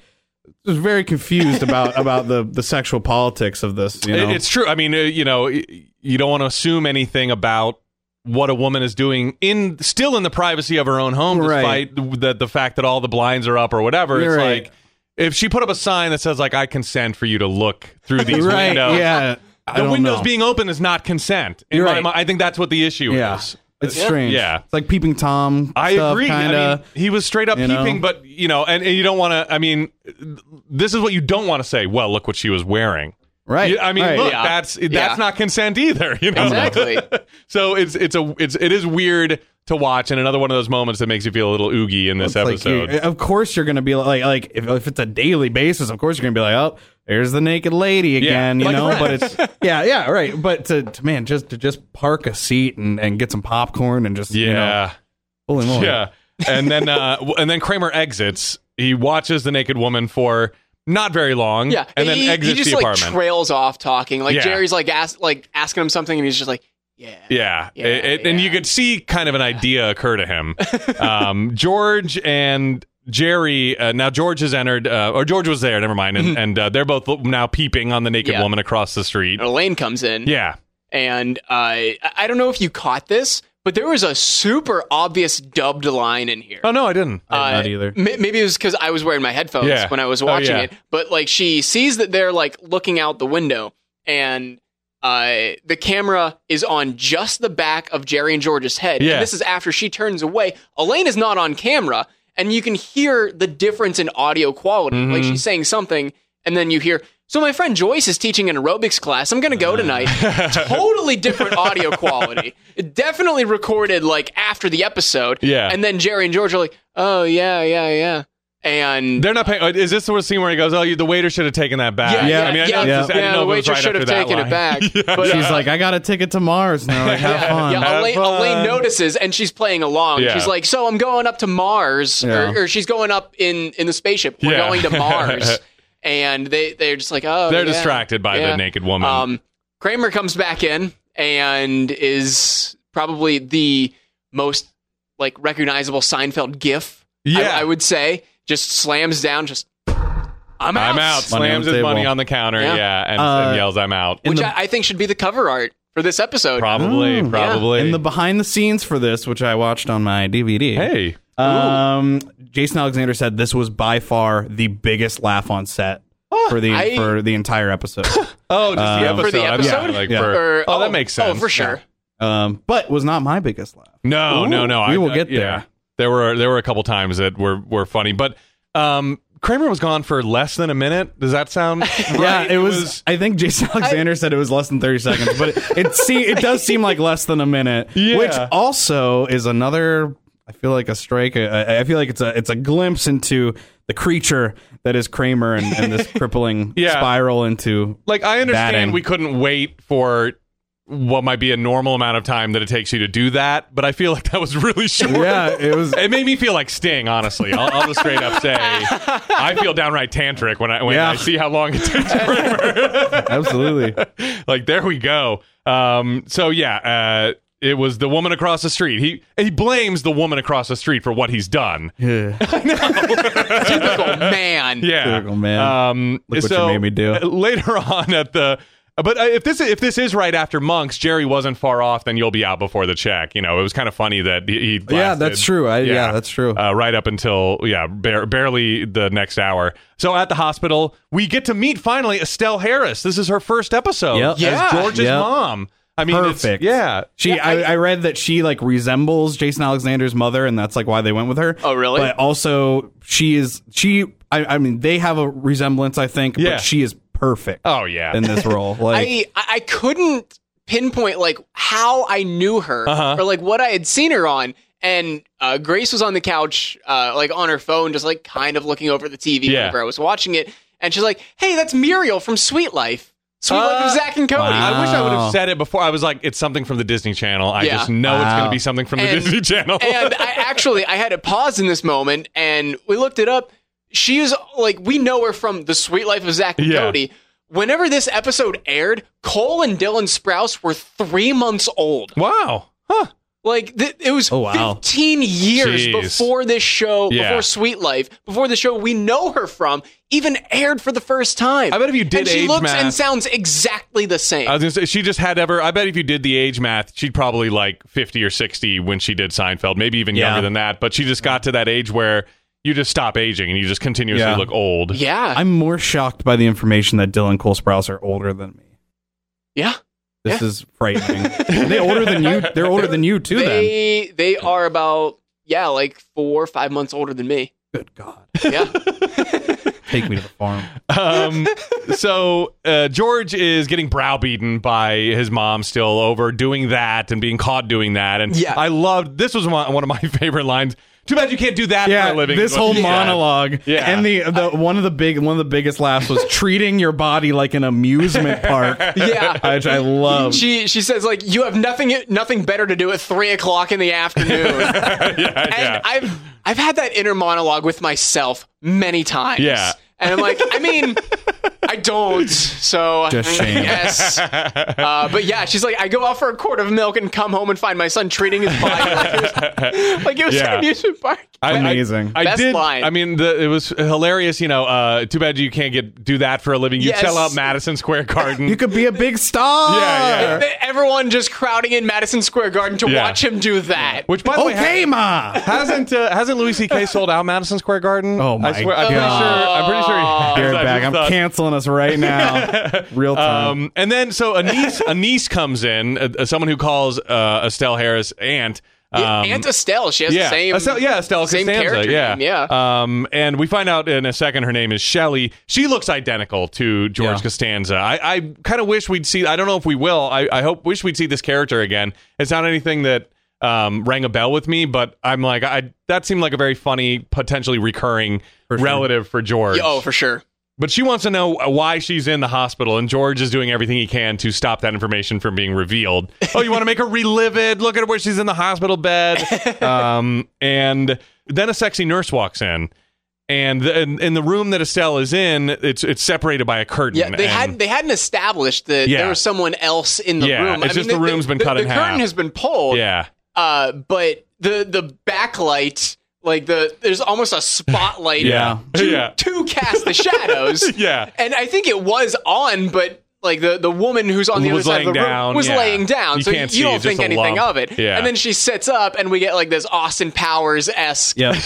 C: was very confused about about the the sexual politics of this. You
A: It-
C: know,
A: It's true. I mean, uh, you know, y- you don't want to assume anything about what a woman is doing in still in the privacy of her own home,
C: Right.
A: despite th- the, the fact that all the blinds are up or whatever. it's
C: You're right.
A: like if she put up a sign that says like "I consent for you to look through these
C: right?
A: windows."
C: Yeah, I
A: The
C: don't
A: windows
C: know.
A: being open is not consent. In
C: You're
A: my
C: right.
A: mi- I think that's what the issue
C: yeah,
A: is.
C: it's strange.
A: Yeah.
C: it's like peeping tom.
A: I
C: stuff,
A: agree.
C: Kinda.
A: I mean, he was straight up
C: you know?
A: peeping, but you know, and, and you don't want to. I mean, this is what you don't want to say. Well, look what she was wearing.
C: right.
A: You- I mean,
C: right.
A: look,
B: Yeah.
A: that's that's
B: Yeah.
A: not consent either. You know,
B: Exactly.
A: so it's it's a it's it is weird to watch, and another one of those moments that makes you feel a little oogie in this
C: It's like
A: episode.
C: you- eh, of course you're gonna be like like if, if it's a daily basis, of course you're gonna be like, oh, there's the naked lady again, you
A: Like
C: know.
A: Friends.
C: But it's yeah, yeah, right. But to, to man, just to just park a seat and, and get some popcorn and just you know,
A: yeah,
C: holy moly.
A: yeah, and then uh, w- and then Kramer exits. He watches the naked woman for not very long,
B: Yeah,
A: and then
B: he,
A: exits
B: he just
A: the
B: like
A: apartment.
B: trails off talking. Like
A: Yeah.
B: Jerry's like ask, like asking him something, and he's just like, yeah,
A: Yeah,
B: Yeah,
A: It- it- and
B: yeah.
A: you could see kind of an idea occur to him. Um, George and Jerry. Uh, now George has entered, uh, or George was there. Never mind, and, and uh, they're both now peeping on the naked
B: Yeah. Oh.
A: woman across the street.
B: And Elaine comes in,
A: Yeah,
B: and uh, I I don't know if you caught this, but there was a super obvious dubbed line in here.
A: Oh no, I didn't.
C: I'm
B: Uh,
C: not either.
B: ma- maybe it was because I was wearing my headphones
A: Yeah.
B: when I was
A: Oh,
B: watching
A: yeah.
B: it. But like she sees that they're like looking out the window, and uh, the camera is on just the back of Jerry and George's head.
A: Yeah.
B: And this is after she turns away. Elaine is not on camera, and you can hear the difference in audio quality. Like
A: Mm-hmm.
B: she's saying something, and then you hear. So my friend Joyce is teaching an aerobics class. I'm going to
A: Mm.
B: go tonight. totally different audio quality. It definitely recorded like after the episode.
A: Yeah.
B: And then Jerry and George are like, "Oh yeah, yeah, yeah." and
A: They're not paying. uh, Is this the sort of scene where he goes, "Oh, you, the waiter should have taken that back"?
B: Yeah,
A: I mean, I know
B: yeah,
A: it's
C: yeah.
A: just- I didn't
B: Yeah,
A: know
B: the
A: if it was
B: waitress
A: right
B: should have
A: after that
B: taken it
A: line.
B: back,
A: yeah,
B: but-
A: yeah.
C: She's like, I got a ticket to Mars. Now, like, have fun.
B: Yeah,
A: Have
B: Elaine,
A: fun.
B: Elaine notices and she's playing along.
A: Yeah.
B: She's like, "So I'm going up to Mars,
C: Yeah.
B: or, or she's going up in in the spaceship. We're
A: Yeah.
B: going to Mars." and they they're just like, "Oh,
A: they're
B: yeah,
A: distracted by
B: yeah."
A: the naked woman.
B: Um, Kramer comes back in and is probably the most like recognizable Seinfeld gif. I-
A: yeah,
B: I, would say just slams down. Just I'm out.
A: I'm out.
C: Money on
A: Slams
C: the
A: his money
C: table.
A: on the counter. Yeah,
B: Yeah.
A: and,
C: Uh,
A: and yells, "I'm out."
C: in
B: Which
C: the-
B: I, Mm, I think should be the cover art for this episode.
A: Probably,
C: Oh.
A: probably.
C: In the behind the scenes for this, which I watched on my DVD.
A: hey,
C: Um, Jason Alexander said this was by far the biggest laugh on set for the
B: I-
C: for the entire episode.
A: oh, just the
C: Um,
A: episode.
B: for the
A: I mean,
B: episode?
A: like,
C: Yeah.
A: for-
B: Or-
A: oh, that makes sense.
B: Oh, for sure.
C: um, but was not my biggest laugh.
A: No,
C: Ooh,
A: no, no.
C: we will get
A: yeah.
C: there.
A: There were there were a couple times that were were funny, but um, Kramer was gone for less than a minute. Does that sound?
C: Yeah,
A: right?
C: it was, I think Jason Alexander said it was less than thirty seconds, but it it, se- it does seem like less than a minute.
A: Yeah.
C: Which also is another. I feel like a strike. I, I feel like it's a it's a glimpse into the creature that is Kramer and, and this crippling
A: Yeah.
C: spiral into.
A: like I understand
C: batting.
A: we couldn't wait for what might be a normal amount of time that it takes you to do that, but I feel like that was really short.
C: Yeah, it was.
A: It made me feel like Sting, honestly. I'll, I'll just straight up say, I feel downright tantric when I when
C: Yeah.
A: I see how long it takes.
C: Absolutely.
A: like there we go. Um, so yeah, uh, it was the woman across the street. He he blames the woman across the street for what he's done.
B: Typical man.
A: Yeah,
C: Typical man.
A: Um,
C: Look what you
A: so,
C: made me do.
A: uh, Later on at the. But uh, if this if this is right after monks, Jerry wasn't far off. Then you'll be out before the check. You know, it was kind of funny that he. he
C: yeah,
A: lasted-
C: that's true. I, yeah. that's true.
A: uh, right up until yeah, bar- barely the next hour. So at the hospital, we get to meet finally Estelle Harris. This is her first episode
C: Yep.
B: Yeah.
A: as George's
C: Yep.
A: mom. I mean, it's-
C: Perfect.
A: yeah,
C: She, I, I, read that she like resembles Jason Alexander's mother, and that's like why they went with her.
B: Oh, really?
C: But also, she is she. I, I mean, they have a resemblance, I think.
A: Yeah.
C: But she is perfect.
A: Oh yeah.
C: in this role, like
B: I, I I couldn't pinpoint like how I knew her
A: Uh-huh.
B: or like what I had seen her on. And uh, Grace was on the couch, uh, like on her phone, just like kind of looking over the TV
A: Yeah.
B: whenever I was watching it. And she's like, "Hey, that's Muriel from Sweet Life, Sweet Life
A: Uh,
B: of Zach and Cody."
C: wow.
A: I wish I would
C: Wow.
A: have said it before. I was like, it's something from the Disney Channel. I
B: Yeah.
A: just know it's
C: Wow.
A: going to be something from the
B: And-
A: Disney Channel.
B: and I actually I had a pause in this moment, and we looked it up. She is like we know her from the Sweet Life of Zach and
A: Yeah.
B: Cody. Whenever this episode aired, Cole and Dylan Sprouse were three months old.
A: wow. Huh.
B: Like th- it was
C: Oh, wow.
B: 15 years
A: Jeez.
B: before this show,
A: Yeah.
B: before Sweet Life, before the show we know her from even aired for the first time.
A: I bet if you did
B: and she
A: age
B: looks
A: math-
B: and sounds exactly the same.
A: I was gonna say she just had ever. I bet if you did the age math, she'd probably like fifty or sixty when she did Seinfeld, maybe even
C: Yeah.
A: younger than that. But she just got to that age where you just stop aging and you just continuously
C: Yeah.
A: look old.
B: yeah,
C: I'm more shocked by the information that Dylan Cole Sprouse are older than me.
B: yeah.
C: This is frightening. Are they older than you. They're older than you too. then
B: They they are about yeah, like four or five months older than me.
C: good God,
B: Yeah.
C: take me to the farm.
A: Um, so uh, George is getting browbeaten by his mom still over doing that and being caught doing that. And
B: Yeah.
A: I loved this was one, one of my favorite lines. Too bad you can't do that for a living.
C: This
A: is what
C: whole
A: she said.
C: monologue,
A: Yeah.
C: and the, the one of the big one of the biggest laughs was treating your body like an amusement park.
B: Yeah.
C: which I love.
B: She she says like you have nothing nothing better to do at three o'clock in the afternoon.
A: yeah,
B: and
A: yeah.
B: I've I've had that inner monologue with myself many times.
A: Yeah.
B: and I'm like, I mean, I don't. So
C: Just shame.
B: Yes, uh, but yeah, she's like, I go out for a quart of milk and come home and find my son treating his body like it was, like it was
A: Yeah.
B: an amusement park.
A: I- I-
C: Amazing.
A: I,
B: Best
A: did.
B: line.
A: I mean, the, it was hilarious. You know, uh, too bad you can't get do that for a living. You
B: Yes.
A: sell out Madison Square Garden.
C: You could be a big star.
A: Yeah, yeah.
B: Everyone just crowding in Madison Square Garden to
A: Yeah.
B: watch him do that.
A: which, by the way,
C: Okay, ma.
A: ha- hasn't uh, hasn't Louis C.K. sold out Madison Square Garden?
C: Oh my
A: I swear, I'm pretty
C: God.
A: sure. I'm pretty sure. he has.
C: Jared
A: I
C: Bag,
A: just
C: I'm
A: thought-
C: canceling us right now. Real time.
A: Um, and then so a niece, a niece comes in, uh, uh, someone who calls uh, Estelle Harris aunt. Um,
B: Yeah, Aunt Estelle, she has
A: yeah,
B: the same.
A: Estelle, yeah, Estelle
B: same
A: Costanza,
B: character
A: yeah,
B: name, yeah.
A: Um, and we find out in a second her name is Shelley. She looks identical to George
C: Yeah.
A: Costanza. I, I kind of wish we'd see. I don't know if we will. I, I hope wish we'd see this character again. It's not anything that. um, rang a bell with me, but I'm like, I that seemed like a very funny, potentially recurring
C: For sure.
A: relative for George.
B: Yeah, oh, for sure.
A: But she wants to know uh, why she's in the hospital, and George is doing everything he can to stop that information from being revealed. Oh, you want to make her relive it? Look at where she's in the hospital bed. Um, and then a sexy nurse walks in, and the, in, in the room that Estelle is in, it's it's separated by a curtain.
B: Yeah, they
A: and-
B: hadn't they hadn't established that
A: Yeah.
B: there was someone else in the
A: Yeah,
B: room.
A: it's just the room's been cut
B: the,
A: in
B: the
A: half.
B: curtain has been pulled.
A: Yeah,
B: Uh, but the the backlight, like the there's almost a spotlight.
A: yeah,
B: To,
A: yeah,
B: to cast the shadows.
A: yeah.
B: And I think it was on, but like the, the woman who's on the
A: Was
B: other side
A: laying
B: of the room
A: down,
B: was
A: yeah.
B: laying down,
A: You
B: so
A: can't see,
B: you don't
A: it's just
B: think
A: a
B: anything
A: lump.
B: of it.
A: Yeah.
B: And then she sits up, and we get like this Austin Powers esque
C: Yeah.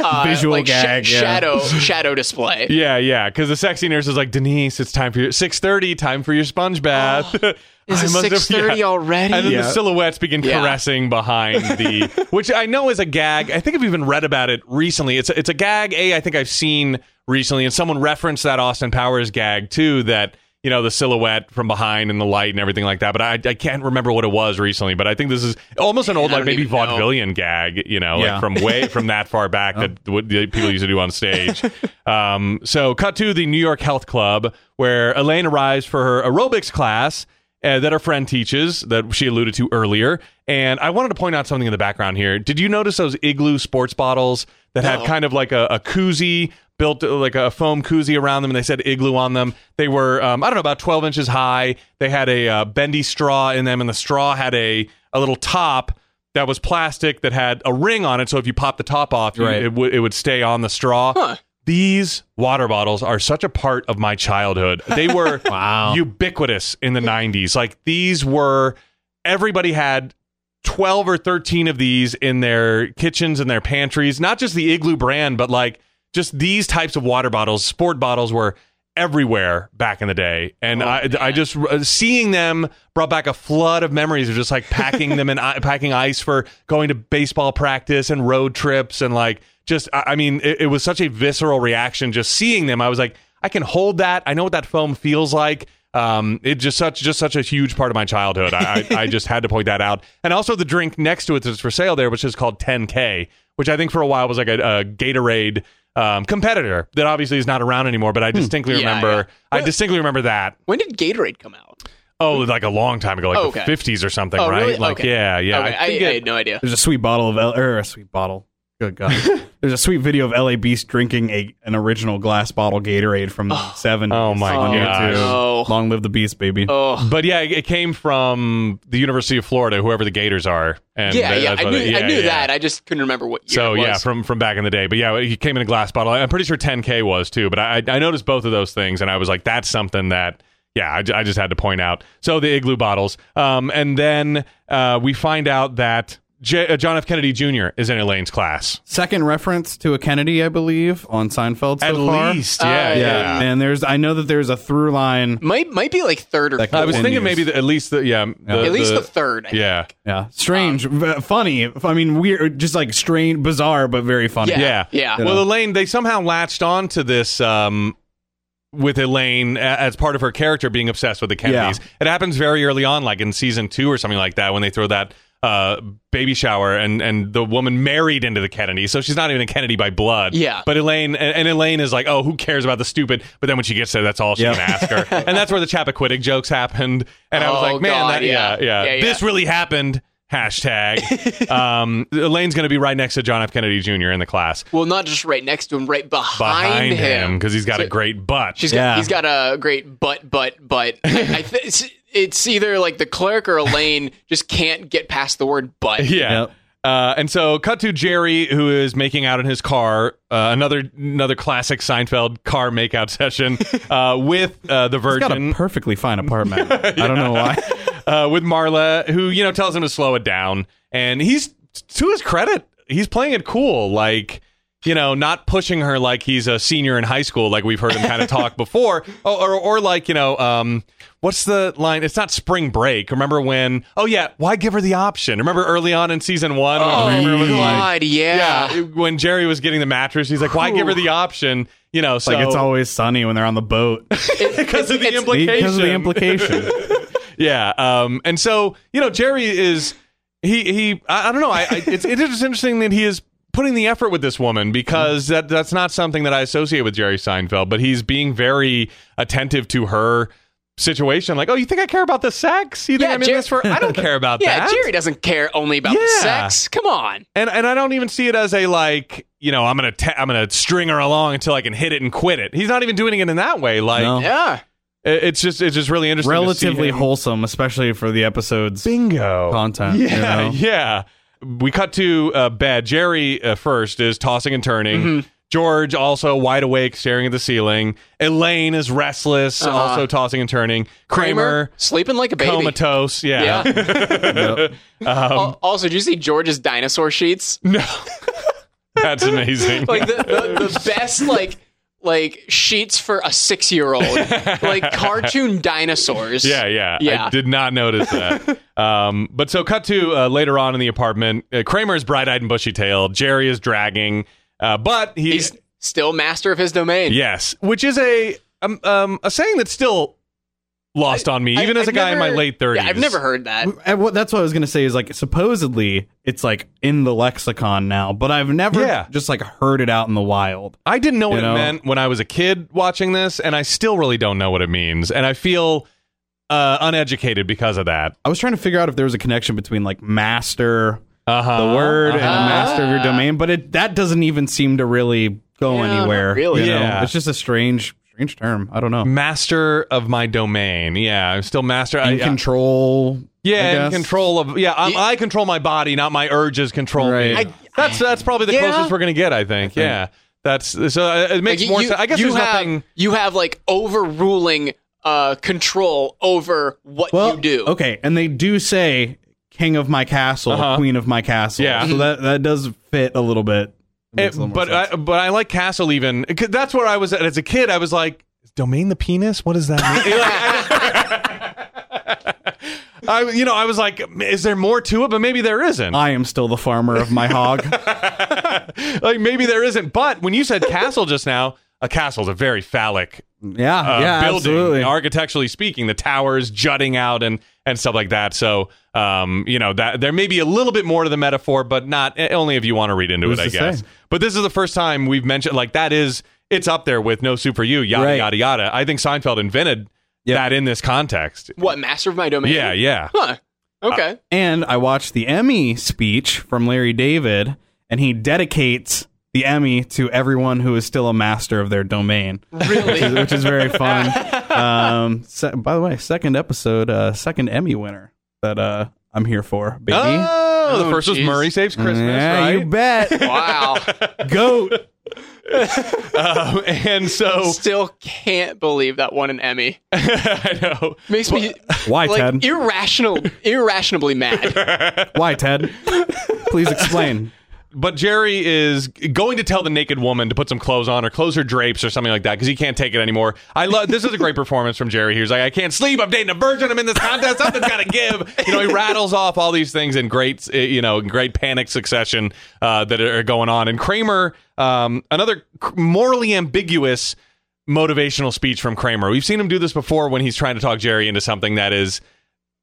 B: uh,
C: Visual
B: like, sha-
C: gag, yeah.
B: shadow shadow display.
A: Yeah, yeah, because the sexy nurse is like, Denise, it's time for your six thirty, time for your sponge bath. I
B: Is
A: must
B: it
A: have-
B: six thirty
A: yeah.
B: already?
A: And then
C: Yeah.
A: the silhouettes begin
B: Yeah.
A: caressing behind the, which I know is a gag. I think I've even read about it recently. It's a, it's a gag. A I think I've seen recently, and someone referenced that Austin Powers gag too. That you know the silhouette from behind and the light and everything like that. But I I can't remember what it was recently. But I think this is almost an old like
B: I don't
A: maybe
B: even know.
A: vaudevillian gag. You know,
C: Yeah.
A: like from way from that far back that what the people used to do on stage. um, so cut to the New York Health Club where Elaine arrives for her aerobics class uh, that her friend teaches that she alluded to earlier. And I wanted to point out something in the background here. Did you notice those igloo sports bottles that had
B: No.
A: kind of like a, a koozie? Built uh, like a foam koozie around them, and they said igloo on them. They were, um, I don't know, about twelve inches high. They had a uh, bendy straw in them, and the straw had a a little top that was plastic that had a ring on it. So if you pop the top off, you-
C: Right.
A: it, would it would stay on the straw.
B: Huh.
A: These water bottles are such a part of my childhood. They were
C: Wow.
A: ubiquitous in the 90s. Like these were, everybody had 12 or 13 of these in their kitchens and their pantries. Not just the Igloo brand, but like just these types of water bottles, sport bottles were everywhere back in the day. And I, I just uh, seeing them brought back a flood of memories of just like packing them and I packing ice for going to baseball practice and road trips and like just I, I mean it, it was such a visceral reaction just seeing them. I was like, I can hold that. I know what that foam feels like. Um, it just such just such a huge part of my childhood. I, I, I just had to point that out, and also the drink next to it that's for sale there, which is called 10K, which I think for a while was like a, a Gatorade um, competitor that obviously is not around anymore. But I distinctly
B: Hmm. Yeah,
A: remember, I distinctly remember that.
B: When did Gatorade come out?
A: Oh, like a long time ago, like
B: Okay.
A: the 50s or something,
B: Oh,
A: right?
B: really?
A: Like
B: Okay.
A: yeah, yeah.
B: okay, I,
A: think
B: I
A: it-
B: had no idea.
C: There's a sweet bottle of L- or a sweet bottle. Good God. There's a sweet video of LA Beast drinking a an original glass bottle Gatorade from the 70s.
A: Oh my
C: on
A: gosh.
C: YouTube.
B: No.
C: Long live the Beast, baby.
B: Oh,
A: but yeah, it it came from the University of Florida, whoever the Gators are. And
B: yeah,
A: that-
B: yeah.
A: that's
B: I
A: what
B: knew,
A: it-
B: I knew
A: yeah.
B: that. I just couldn't remember what year.
A: So
B: it was.
A: yeah, from from back in the day. But yeah, he came in a glass bottle. I'm pretty sure 10K was too. But I I noticed both of those things, and I was like, that's something that yeah, I, ju- I just had to point out. So the igloo bottles, um, and then uh, we find out that J- uh, John F. Kennedy Jr. is in Elaine's class.
C: Second reference to a Kennedy, I believe, on Seinfeld so
A: At
C: far.
A: least,
B: Uh,
A: yeah,
B: yeah.
A: yeah.
C: And there's I know that there's a through line.
B: might might be like third or
C: That
B: fourth.
A: I was thinking maybe the, at least the yeah, the-
B: at least the, third. I
A: yeah.
C: Yeah. Strange, v- funny. f- I mean, weird, just like strange, bizarre, but very funny.
B: Yeah.
A: Yeah.
B: Yeah.
A: Well, Elaine, they somehow latched on to this um, with Elaine a- as part of her character being obsessed with the Kennedys. It happens very early on, like in season two or something like that, when they throw that uh, baby shower and, and the woman married into the Kennedys. So she's not even a Kennedy by blood.
B: Yeah.
A: But Elaine, and, and Elaine is like, oh, who cares about the stupid? But then when she gets there, that's all she
C: Yeah.
A: can ask her. and that's where the Chappaquiddick jokes happened. And I was
B: Oh,
A: like, man,
B: God,
A: that, yeah.
B: yeah.
A: Yeah,
B: Yeah, yeah.
A: This really happened. Hashtag. um, Elaine's going to be right next to John F. Kennedy Jr. in the class
B: Well, not just right next to him, right behind,
A: behind him because he's got a
B: So-
A: great butt.
B: She's
C: Yeah.
B: got, he's got a great butt, butt, butt. I, I th- it's, it's either like the clerk or Elaine just can't get past the word butt.
A: yeah.
C: Yep.
A: Uh, and so, cut to Jerry, who is making out in his car. Uh, another another classic Seinfeld car makeout session uh, with uh, the
C: He's got a
A: Virgin,
C: perfectly fine apartment. I don't know why.
A: uh, with Marla, who you know tells him to slow it down. And he's to his credit, he's playing it cool, like you know, not pushing her like he's a senior in high school, like we've heard him kind of talk before, oh, or or like you know, um, what's the line? It's not spring break. Remember when? Oh yeah, why give her the option? Remember early on in season one when
B: Oh,
A: Kramer was like,
B: God, yeah.
A: yeah, when Jerry was getting the mattress, he's like, why give her the option? You know, so
C: Like it's always sunny when they're on the boat
A: because of the
B: It's-
A: implication.
C: because of the implication.
A: yeah. Um, and so, you know, Jerry is he he I, I don't know. I, I it's it is interesting that he is putting the effort with this woman because that that's not something that I associate with Jerry Seinfeld, but he's being very attentive to her situation like oh you think i care about the sex you think
B: Yeah,
A: i'm in
B: Jer-
A: this for i don't care about
B: Yeah,
A: that
B: Jerry doesn't care only about the
A: Yeah.
B: sex. Come on.
A: and and I don't even see it as a like you know I'm gonna ta- I'm gonna string her along until I can hit it and quit it. He's not even doing it in that way. Like
C: No.
B: Yeah.
A: it- it's just it's just really interesting. to see
C: Relatively
A: him-
C: wholesome, especially for the episode's
A: bingo
C: content. you
A: Yeah,
C: know?
A: yeah. We cut to uh, bed. Jerry uh, first is tossing and turning.
C: Mm-hmm.
A: George also wide awake, staring at the ceiling. Elaine is restless,
B: Uh-huh.
A: also tossing and turning. Kramer,
B: sleeping like a baby.
A: comatose. Yeah. Um,
B: Yeah.
C: Yep.
B: Al- also, did you see George's dinosaur sheets?
A: no, that's amazing.
B: Like the, the, the best like like sheets for a six year old. Like cartoon dinosaurs.
A: Yeah, yeah. I
B: Yeah.
A: did not notice that. um, but so cut to uh, later on in the apartment. Uh, Kramer is bright-eyed and bushy-tailed. Jerry is dragging, uh, but he,
B: He's still master of his domain.
A: yes, which is a um, um, a saying that's still lost on me,
B: I-
A: even as a
B: I've
A: guy in my
B: never-
A: late thirties.
B: Yeah, I've never heard that.
C: And what, that's what I was gonna say is like supposedly it's like in the lexicon now, but I've never
A: Yeah.
C: just like heard it out in the wild.
A: I didn't know what
C: You know?
A: it meant when I was a kid watching this, and I still really don't know what it means, and I feel uh, uneducated because of that.
C: I was trying to figure out if there was a connection between like master
A: Uh huh.
C: the word and
A: uh-huh.
C: master of your domain, but it that doesn't even seem to really go
B: Yeah, not
C: anywhere.
B: really.
C: you know?
A: Yeah.
C: It's just a strange strange term. I don't know.
A: Master of my domain. Yeah, I'm still master. I,
C: In
A: I-
C: control. I
A: Yeah,
C: guess.
A: and control of yeah. I'm,
B: Ye-
A: I control my body, not my urges control me.
C: Right. I-
A: that's that's probably the
B: Yeah.
A: closest we're gonna get. I think.
C: think.
A: Yeah, that's so uh, it makes
B: Like,
A: more sense. I guess
B: you
A: there's
B: have,
A: nothing.
B: You have like overruling uh, control over what
C: Well,
B: you do.
C: Okay, and they do say king of my castle,
A: Uh-huh.
C: queen of my castle.
A: Yeah.
C: So that that does fit a little bit. It
A: it-
C: makes a little more
A: Eh, but
C: sense.
A: I, but I like Castle even. 'cause That's where I was at as a kid. I was like, is domain the penis. What does that mean? Like, I, I- you know, I was like, is there more to it? But maybe there isn't.
C: I am still the farmer of my hog.
A: like maybe there isn't. But when you said castle just now, a castle's a very phallic
C: Yeah,
A: uh,
C: yeah,
A: building,
C: absolutely.
A: architecturally speaking, the towers jutting out and and stuff like that. So, um, you know, that there may be a little bit more to the metaphor, but not eh, only if you want to read into
C: Who's
A: it, I
C: to
A: guess.
C: say?
A: But this is the first time we've mentioned like that is it's up there with no soup for you, yada
C: Right.
A: yada yada. I think Seinfeld invented
C: Yep.
A: that in this context.
B: What master of my domain?
A: Yeah, yeah.
B: Huh. Okay.
C: And I watched the Emmy speech from Larry David, and he dedicates the Emmy to everyone who is still a master of their domain, which is,
B: really?
C: which is very fun. Um, se- by the way, second episode, uh, second Emmy winner that uh, I'm here for, baby.
A: Oh, the
B: Oh,
A: first was
B: geez.
A: Murray saves Christmas,
C: yeah,
A: right?
C: you
A: Uh,
C: bet.
B: wow.
C: Goat.
A: Um, and so
B: Still can't believe that won an Emmy.
A: I know.
B: Makes me
C: Why,
B: like
C: Ted?
B: irrational, irrationally mad.
C: Why, Ted? Please explain.
A: But Jerry is going to tell the naked woman to put some clothes on or close her drapes or something like that because he can't take it anymore. I love this is a great performance from Jerry. He's like, I can't sleep. I'm dating a virgin. I'm in this contest. Something's got to give. You know, he rattles off all these things in great, uh, you know, in great panic succession uh, that are going on. And Kramer, um, another cr- morally ambiguous motivational speech from Kramer. We've seen him do this before when he's trying to talk Jerry into something that is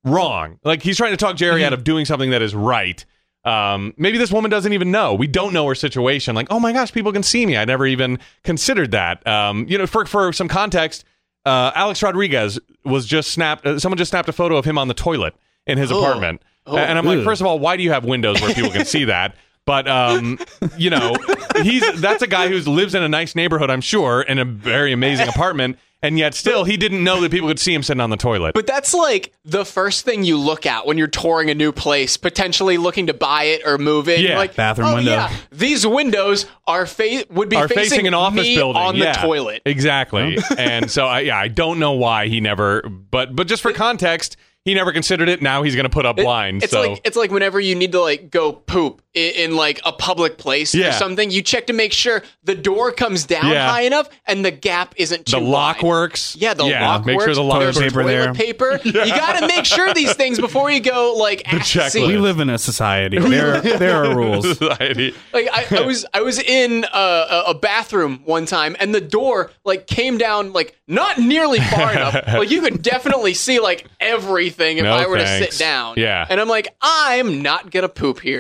A: wrong. Like he's trying to talk Jerry out of doing something that is right. Um, maybe this woman doesn't even know. We don't know her situation. Like, oh my gosh, people can see me. I never even considered that. Um, you know, for for some context, uh, Alex Rodriguez was just snapped. Uh, someone just snapped a photo of him on the toilet in his apartment. A- and I'm like,
C: Ew.
A: first of all, why do you have windows where people can see that? But um, you know, he's that's a guy who lives in a nice neighborhood, I'm sure, in a very amazing apartment, and yet still he didn't know that people could see him sitting on the toilet.
B: But that's like the first thing you look at when you're touring a new place, potentially looking to buy it or move in.
A: Yeah,
B: You're like,
C: bathroom
B: "Oh,
C: window."
B: Yeah, these windows are fa- would be
A: are facing, an office
B: me
A: building
B: on
A: yeah,
B: the toilet.
A: Exactly. and so I yeah, I don't know why he never but but just for context, he never considered it. Now he's going to put up blinds.
B: It's
A: so
B: like it's like whenever you need to like go poop in, in like a public place
A: Yeah.
B: or something, you check to make sure the door comes down
A: Yeah.
B: high enough and the gap isn't
A: the
B: too
A: lock
B: wide.
A: works.
B: Yeah, the lock
A: Make
B: works.
A: sure the lock
B: there's
A: works.
C: works. paper
B: toilet
C: there.
B: paper. You got to make sure these things before you go like accessing-
C: We
A: checklist.
C: live in a society. There, there are rules.
A: Society.
B: Like I, I was I was in a, a, a bathroom one time and the door like came down like not nearly far enough. Like you could definitely see like every anything if
A: No,
B: I were to
A: thanks.
B: sit down.
A: Yeah.
B: And I'm like, I'm not gonna poop here.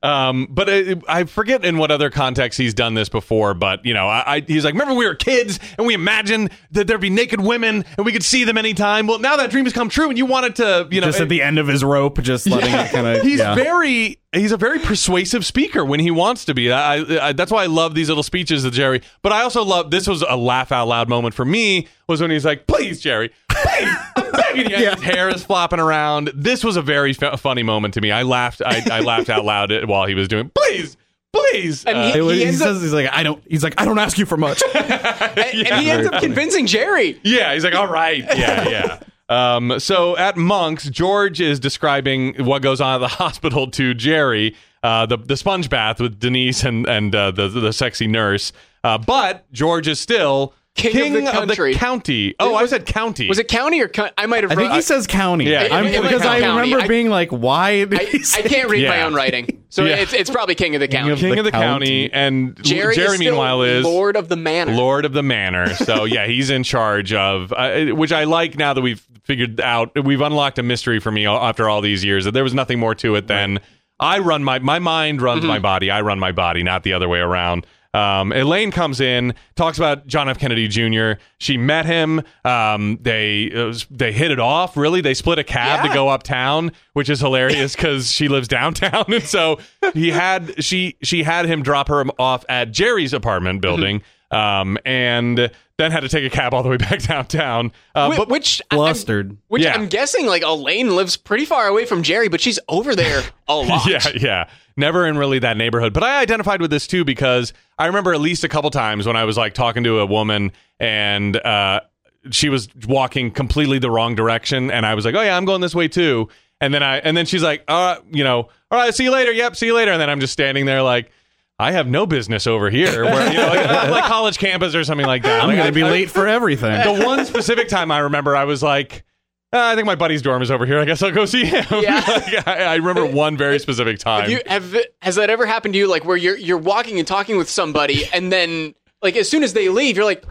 A: Um, but it, I forget in what other context he's done this before. But you know, I, I, he's like, remember we were kids and we imagined that there'd be naked women and we could see them anytime. Well, now that dream has come true, and you wanted to, you know,
C: just at the end of his rope, just letting it kind of.
A: He's
C: yeah.
A: very he's a very persuasive speaker when he wants to be. I, I, I- that's why I love these little speeches of Jerry. But I also love this was a laugh out loud moment for me was when he's like, "Please, Jerry, please, I'm begging you." And His hair is flopping around. This was a very f- funny moment to me. I laughed. I, I laughed out loud while he was doing, "Please, please."
B: And
A: Uh,
C: It was-
B: He
C: he
B: ends
C: says he's like I don't. He's like I don't ask you for much.
B: And, and he ends up convincing Jerry.
A: Yeah, he's like, all right, yeah, yeah. Um, so at Monk's, George is describing what goes on at the hospital to Jerry, uh, the the sponge bath with Denise and and uh, the the sexy nurse. Uh, but George is still
B: King of the country.
A: county. Oh, I
B: was-
A: said county.
B: Was it county or co- I might have
C: I think
B: wrote-
C: he says county.
A: Yeah.
C: I'm,
A: It- it was
C: because I
B: county.
C: remember
B: I-
C: being like, why? did
B: I,
C: he
B: I
C: say
B: can't read my
A: Yeah.
B: own writing. So
A: Yeah.
B: it's it's probably king of the county.
A: King of the county?
C: county.
A: and
B: Jerry,
A: Jerry,
B: is still
A: meanwhile is
B: lord of the manor.
A: Lord of the Manor. So yeah, he's in charge of, uh, which I like now that we've figured out. We've unlocked a mystery for me all- after all these years that there was nothing more to it than I run my my mind runs my body. I run my body, not the other way around. Um, Elaine comes in, talks about John F. Kennedy Jr. She met him. Um, they uh, they hit it off. Really, they split a cab
B: Yeah.
A: to go uptown, which is hilarious because she lives downtown, and so he had she she had him drop her off at Jerry's apartment building, um, and then had to take a cab all the way back downtown. Uh,
B: Whi-
A: but
B: which I- I'm-
C: flustered?
B: Which
A: Yeah.
B: I'm guessing, like Elaine lives pretty far away from Jerry, but she's over there a lot.
A: yeah, yeah. Never in really that neighborhood. But I identified with this too because I remember at least a couple times when I was like talking to a woman and uh, she was walking completely the wrong direction, and I was like, "Oh yeah, I'm going this way too." And then I and then she's like, "Uh, you know, all right, see you later. Yep, see you later." And then I'm just standing there like. I have no business over here, where, you know, like, like college campus or something like that.
C: I'm
A: Like, I-
C: gonna be
A: I-
C: late for everything.
A: the one specific time I remember, I was like, "Ah, I think my buddy's dorm is over here. I guess I'll go see him.
B: Yeah.
A: Like, I, I remember one very specific time.
B: Have you have has that ever happened to you? Like where you're you're walking and talking with somebody, and then like as soon as they leave, you're like,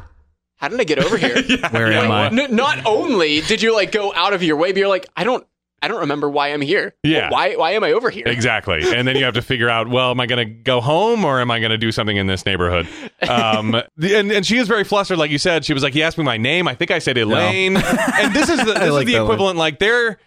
B: "How did I get over here?"
C: Where am I?
B: N- not only did you like go out of your way, but you're like, "I don't, I don't remember why I'm here.
A: Yeah.
B: why why am I over here?"
A: Exactly. And then you have to figure out, well, am I going to go home or am I going to do something in this neighborhood? Um, the- and, and she is very flustered, like you said. She was like, he asked me my name. I think I said Elaine. and this is the, this is
C: like that
A: the
C: one.
A: equivalent. Like they're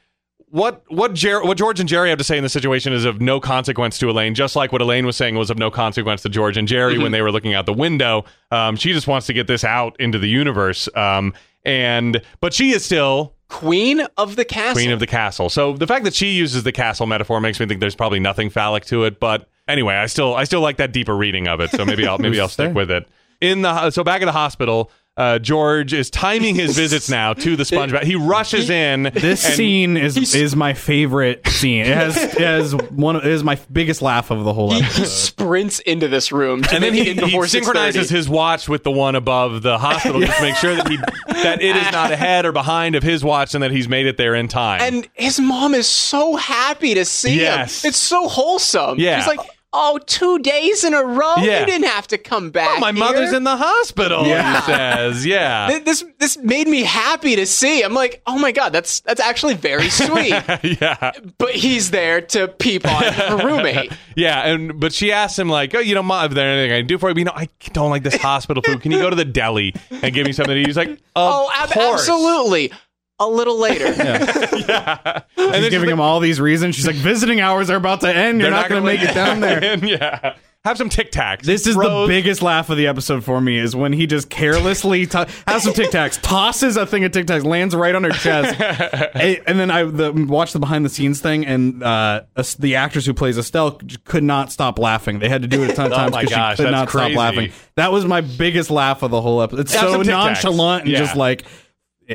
A: what what Jer- what George and Jerry have to say in this situation is of no consequence to Elaine, just like what Elaine was saying was of no consequence to George and Jerry
C: Mm-hmm.
A: when they were looking out the window. Um, she just wants to get this out into the universe. Um, and but she is still
B: Queen of the castle.
A: Queen of the castle. So the fact that she uses the castle metaphor makes me think there's probably nothing phallic to it. But anyway, I still I still like that deeper reading of it. So maybe I'll maybe I'll
C: Who's to
A: stick
C: say?
A: with it. In the ho- so back at the hospital, uh, George is timing his visits now to the sponge bath. He rushes in.
C: This
A: and-
C: scene is is my favorite scene. It has it has one of- it is my biggest laugh of the whole
B: he,
C: episode.
B: he sprints into this room, to
A: And then
B: make
A: he,
B: it in before
A: he synchronizes
B: 6:30.
A: his watch with the one above the hospital just to make sure that he that it is not ahead or behind of his watch and that he's made it there in time.
B: and his mom is so happy to see
A: Yes.
B: him. It's so wholesome.
A: Yeah.
B: She's like, "Oh, two days in a row.
A: Yeah. Oh,
B: You didn't have to come back.
A: my mother's in the hospital.
C: Yeah.
A: He says, "Yeah,
B: The- this this made me happy to see. I'm like, oh my god, that's that's actually very sweet.
A: yeah."
B: but he's there to peep on her roommate.
A: Yeah, and but she asked him like, "Oh, you know, mom, is there anything I can do for you?" You know, I don't like this hospital food. Can you go to the deli and give me something?" to eat?" He's like, "Of
B: oh, ab-
A: course."
B: absolutely. A little later.
A: And
C: He's
A: then
C: giving
A: she's
C: him all these reasons. She's like, visiting hours are about to end. You're
A: "They're
C: not, going to
A: gonna
C: make it down there.
A: let you in." yeah, have some Tic Tacs.
C: This is
A: Bros.
C: the biggest laugh of the episode for me is when he just carelessly to- has some Tic Tacs, tosses a thing of Tic Tacs, lands right on her chest, A- and then I the, watched the behind the scenes thing, and uh, Es- the actress who plays Estelle c- could not stop laughing. They had to do it a ton of
A: Oh
C: times
A: my
C: because
A: gosh,
C: she could
A: that's
C: not
A: crazy.
C: stop laughing. That was my biggest laugh of the whole episode. It's
A: Have
C: so
A: some Tic Tacs.
C: nonchalant and
A: Yeah.
C: just like,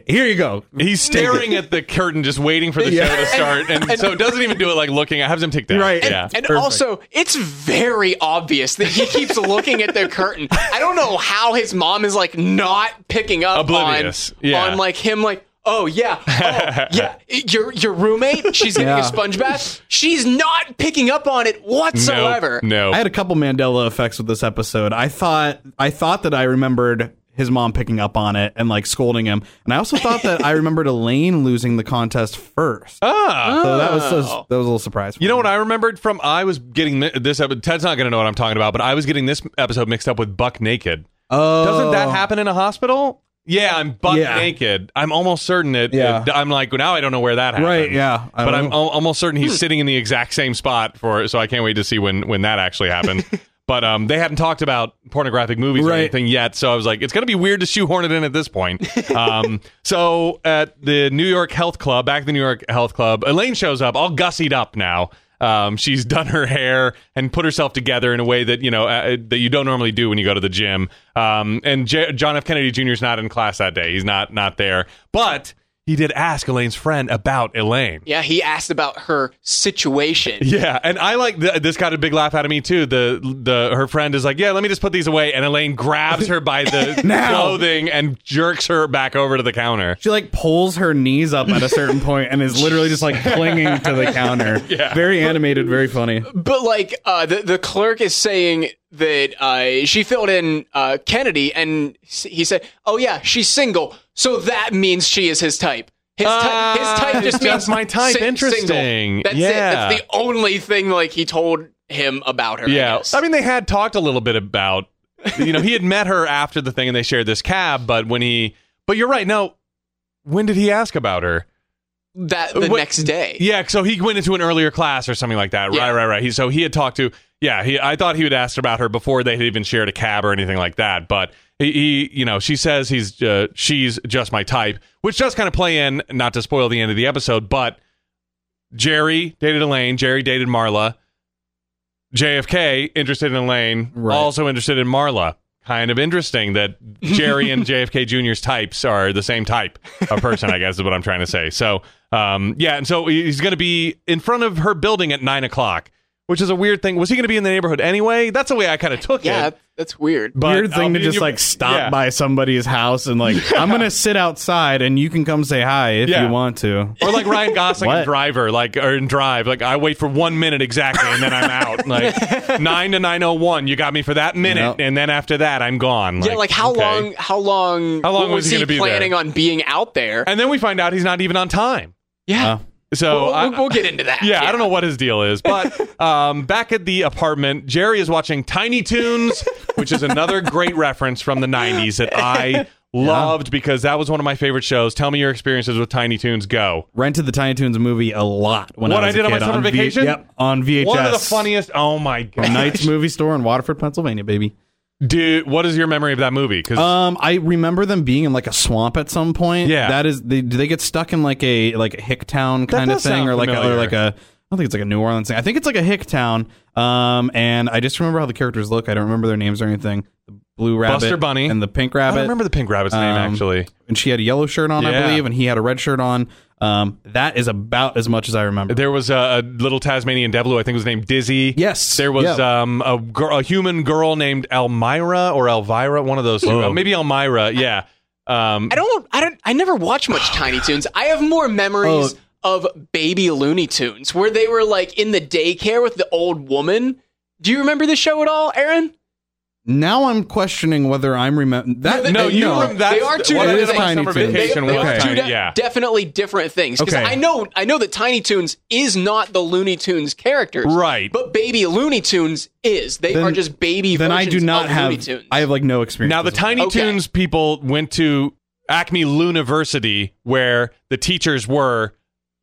C: here you go.
A: He's staring at the curtain, just waiting for the
C: Yeah.
A: show to start, and, so it doesn't even do it like looking. I have some Tic Tacs.
C: Right.
A: Yeah.
B: And
C: Perfect.
B: also, it's very obvious that he keeps looking at the curtain. I don't know how his mom is like not picking up
A: Oblivious.
B: on
A: Yeah.
B: on like him like oh yeah oh yeah your your roommate she's getting
C: Yeah.
B: a sponge bath she's not picking up on it
A: no.
B: whatsoever.
A: No.
C: I had a couple Mandela effects with this episode. I thought I thought that I remembered his mom picking up on it and like scolding him. And I also thought that I remembered Elaine losing the contest first.
A: Ah.
C: So that was that was,
B: Oh.
C: that was a little surprise. for
A: You know
C: me.
A: what I remembered from I was getting mi- this episode. Ted's not going to know what I'm talking about, but I was getting this episode mixed up with Buck Naked.
C: Oh,
A: Doesn't that happen in a hospital? Yeah, I'm buck
C: Yeah.
A: naked. I'm almost certain it,
C: Yeah.
A: it- I'm like now I don't know where that happened.
C: Right? Yeah. I
A: but
C: don't
A: I'm
C: know.
A: al- almost certain he's sitting in the exact same spot for. So I can't wait to see when when that actually happens. but um, they hadn't talked about pornographic movies or
C: Right.
A: anything yet, so I was like, it's gonna be weird to shoehorn it in at this point. Um, so at the New York Health Club, back at the New York Health Club, Elaine shows up, all gussied up now. Um, she's done her hair and put herself together in a way that you know uh, that you don't normally do when you go to the gym. Um, and J- John F. Kennedy Jr. is not in class that day; he's not not there. But he did ask Elaine's friend about Elaine.
B: Yeah, he asked about her situation.
A: Yeah, and I like th- this got a big laugh out of me too. The the her friend is like, "Yeah, let me just put these away," and Elaine grabs her by the
C: Now.
A: clothing and jerks her back over to the counter.
C: she like pulls her knees up at a certain point and is literally just like clinging to the counter.
A: Yeah.
C: Very animated, very funny.
B: But like uh, the the clerk is saying that uh, she filled in uh, Kennedy, and s- he said, "Oh yeah, she's single, so that means she is his type." His, type his
A: Ah,
B: type just
A: it's
B: means
A: just my type.
B: single.
A: Interesting.
B: That's
A: Yeah.
B: it. That's the only thing like he told him about her. I,
A: Yeah,
B: guess.
A: I mean they had talked a little bit about, you know, he had met her after the thing and they shared this cab, but when he, but you're right. No, when did he ask about her?
B: that the
A: Wait,
B: next day.
A: Yeah, so he went into an earlier class or something like that.
B: Yeah.
A: Right, right, right. He, so he had talked to. Yeah, he, I thought he would asked about her before they had even shared a cab or anything like that. But he, he you know, she says he's uh, she's just my type, which does kind of play in. Not to spoil the end of the episode, but Jerry dated Elaine. Jerry dated Marla. JFK interested in Elaine,
C: Right.
A: also interested in Marla. Kind of interesting that Jerry and JFK Jr.'s types are the same type of person, I guess is what I'm trying to say. So, um, yeah, and so he's going to be in front of her building at nine o'clock, which is a weird thing. Was he going to be in the neighborhood anyway? That's the way I kind of took
B: Yeah,
A: it.
B: that- that's weird.
A: But
C: Weird
A: I'll
C: thing to
A: be-
C: just
A: you-
C: like stop
A: yeah.
C: by somebody's house and like I'm gonna sit outside and you can come say hi if
A: Yeah.
C: you want to.
A: Or like Ryan Gosling in
C: What?
A: Driver, like or in Drive, like I wait for one minute exactly and then I'm out. Like nine to nine oh one, you got me for that minute,
C: Yep.
A: and then after that I'm gone.
B: yeah, like how
A: okay.
B: long? How long?
A: How long
B: what
A: was he gonna be
B: planning
A: there?
B: on being out there?
A: And then we find out he's not even on time.
B: yeah,
C: Uh,
A: So
B: we'll,
A: I,
B: we'll- we'll get into that.
A: yeah, I don't know what his deal is, but um, back at the apartment, Jerry is watching Tiny Toons, which is another great reference from the '90s that I loved because that was one of my favorite shows. Tell me your experiences with Tiny Toons. Go.
C: rented the Tiny Toons movie a lot when
A: What I
C: I was
A: did
C: a
A: on my
C: kid,
A: summer
C: V-
A: vacation?
C: Yep, on VHS.
A: One of the funniest. Oh my god,
C: Knight's Movie Store in Waterford, Pennsylvania, baby.
A: dude! What is your memory of that movie? 'Cause-
C: Um, I remember them being in like a swamp at some point.
A: Yeah.
C: that is. They, do they get stuck in like a like a hick town kind of
A: does sound
C: thing, or like a, or
A: familiar.
C: like a? I don't think it's like a New Orleans thing. I think it's like a hick town. Um, and I just remember how the characters look. I don't remember their names or anything. The blue rabbit,
A: Buster Bunny.
C: and the pink
A: I
C: rabbit.
A: don't remember the pink rabbit's name
C: Um,
A: actually.
C: And she had a yellow shirt on, I
A: Yeah.
C: believe, and he had a red shirt on. Um, that is about as much as I remember.
A: There was a, a little Tasmanian devil who I think was named Dizzy.
C: Yes.
A: There was
C: Yeah.
A: um, a, gir- a human girl named Elmira or Elvira, one of those two.
C: Whoa.
A: Uh, Maybe Elmira, yeah. Um,
B: I don't. I don't. I never watched much Tiny Toons. I have more memories
C: Oh.
B: of Baby Looney Tunes, where they were like in the daycare with the old woman. Do you remember the show at all, Aaron?
C: Now I'm questioning whether I'm remember that.
A: no, you
C: no.
A: rem- that's
B: They are two
A: what I did on
C: different
A: my
C: Tiny
A: summer
C: Toons.
B: They,
A: vacation
B: they
A: was
B: are
C: okay.
B: two
A: Tiny-
B: de-
A: yeah.
B: definitely different things. Because
C: Okay.
B: I know, I know that Tiny Toons is not the Looney Tunes characters,
A: Right.
B: But Baby Looney Tunes is. They
C: Then-
B: are just baby.
C: then I
B: versions
C: do not
B: of Looney
C: have.
B: Tunes.
C: I have like no experience.
A: Now the
C: time.
A: Tiny
B: Okay.
A: Toons people went to Acme Luniversity, where the teachers were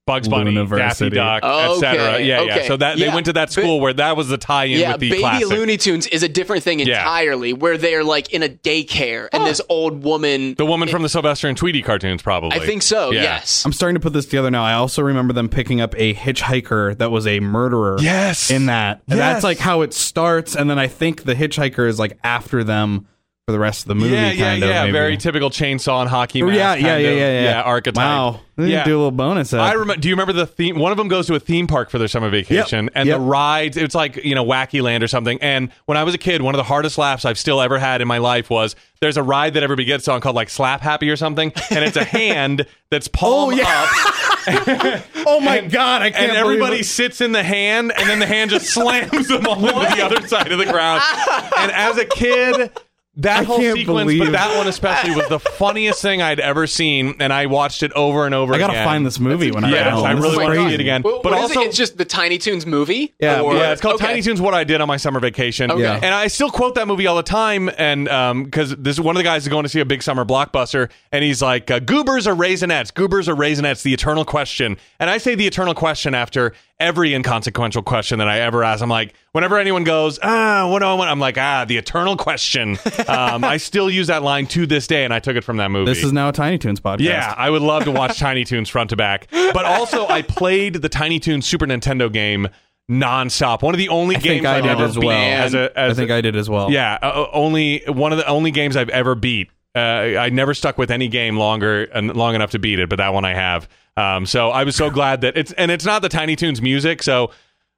A: Bugs Bunny, Daffy
C: Luniversity.
A: Duck,
B: Okay,
A: etc. Yeah, yeah.
B: okay.
A: So that
B: Yeah.
A: they went to that school where that was the tie-in
B: yeah,
A: with the
B: Baby
A: classic.
B: Looney Tunes is a different thing
A: Yeah. Oh.
B: entirely, where they're like in a daycare and this old woman.
A: the woman from the Sylvester and Tweety cartoons, probably.
B: I think so.
A: Yeah.
B: Yes.
C: I'm starting to put this together now. I also remember them picking up a hitchhiker that was a murderer.
A: Yes.
C: In that. And
A: Yes.
C: That's like how it starts. And then I think the hitchhiker is like after them for the rest of the movie.
A: Yeah, yeah,
C: kind of,
A: yeah.
C: maybe.
A: Very typical chainsaw and hockey. Mask
C: yeah, yeah,
A: kind
C: yeah,
A: of,
C: yeah, yeah,
A: Archetype.
C: Wow. They
A: Yeah.
C: Do a little bonus.
A: I
C: I
A: remember. Do you remember the theme? One of them goes to a theme park for their summer vacation, and
C: Yep.
A: the rides. It's like you know, Wacky Land or something. And when I was a kid, one of the hardest laughs I've still ever had in my life was there's a ride that everybody gets on called like Slap Happy or something, and it's a hand that's palm
C: yeah.
A: up,
C: oh my god! I can't.
A: and everybody sits in the hand, and then the hand just slams them all into the other side of the ground. And as a kid. that
C: I
A: whole
C: can't
A: sequence,
C: believe-
A: but that one especially was the funniest thing I'd ever seen, and I watched it over and over.
C: I gotta
A: again.
C: find this movie when I
A: Yes,
C: get home.
A: I
C: This
A: really
C: is
A: want to see
C: crazy.
A: it again.
B: Well,
A: but
B: what is it?
A: also,
B: It's just the Tiny Toons movie.
C: Yeah,
B: Or-
A: yeah, it's called
B: okay.
A: Tiny Toons. What I did on my summer vacation.
B: Okay.
C: Yeah.
A: And I still quote that movie all the time. And because this one of the guys is going to see a big summer blockbuster, and he's like, uh, "Goobers or raisinets? Goobers or raisinets? The eternal question." And I say the eternal question after every inconsequential question that I ever ask. I'm like, whenever anyone goes, "Ah, what do I want?" I'm like, "Ah, the eternal question." um, I still use that line to this day, and I took it from that movie.
C: This is now a Tiny Toons podcast.
A: Yeah, I would love to watch Tiny Toons front to back. But also, I played the Tiny Toons Super Nintendo game nonstop. One of the only
C: think
A: games
C: I
A: I've
C: did
A: ever
C: as
A: beat
C: well.
A: as a
C: I
A: as
C: think I did as well.
A: yeah, uh, only one of the only games I've ever beat. Uh, I never stuck with any game longer and long enough to beat it, but that one I have. Um, so I was so glad that it's and it's not the Tiny Toons music. So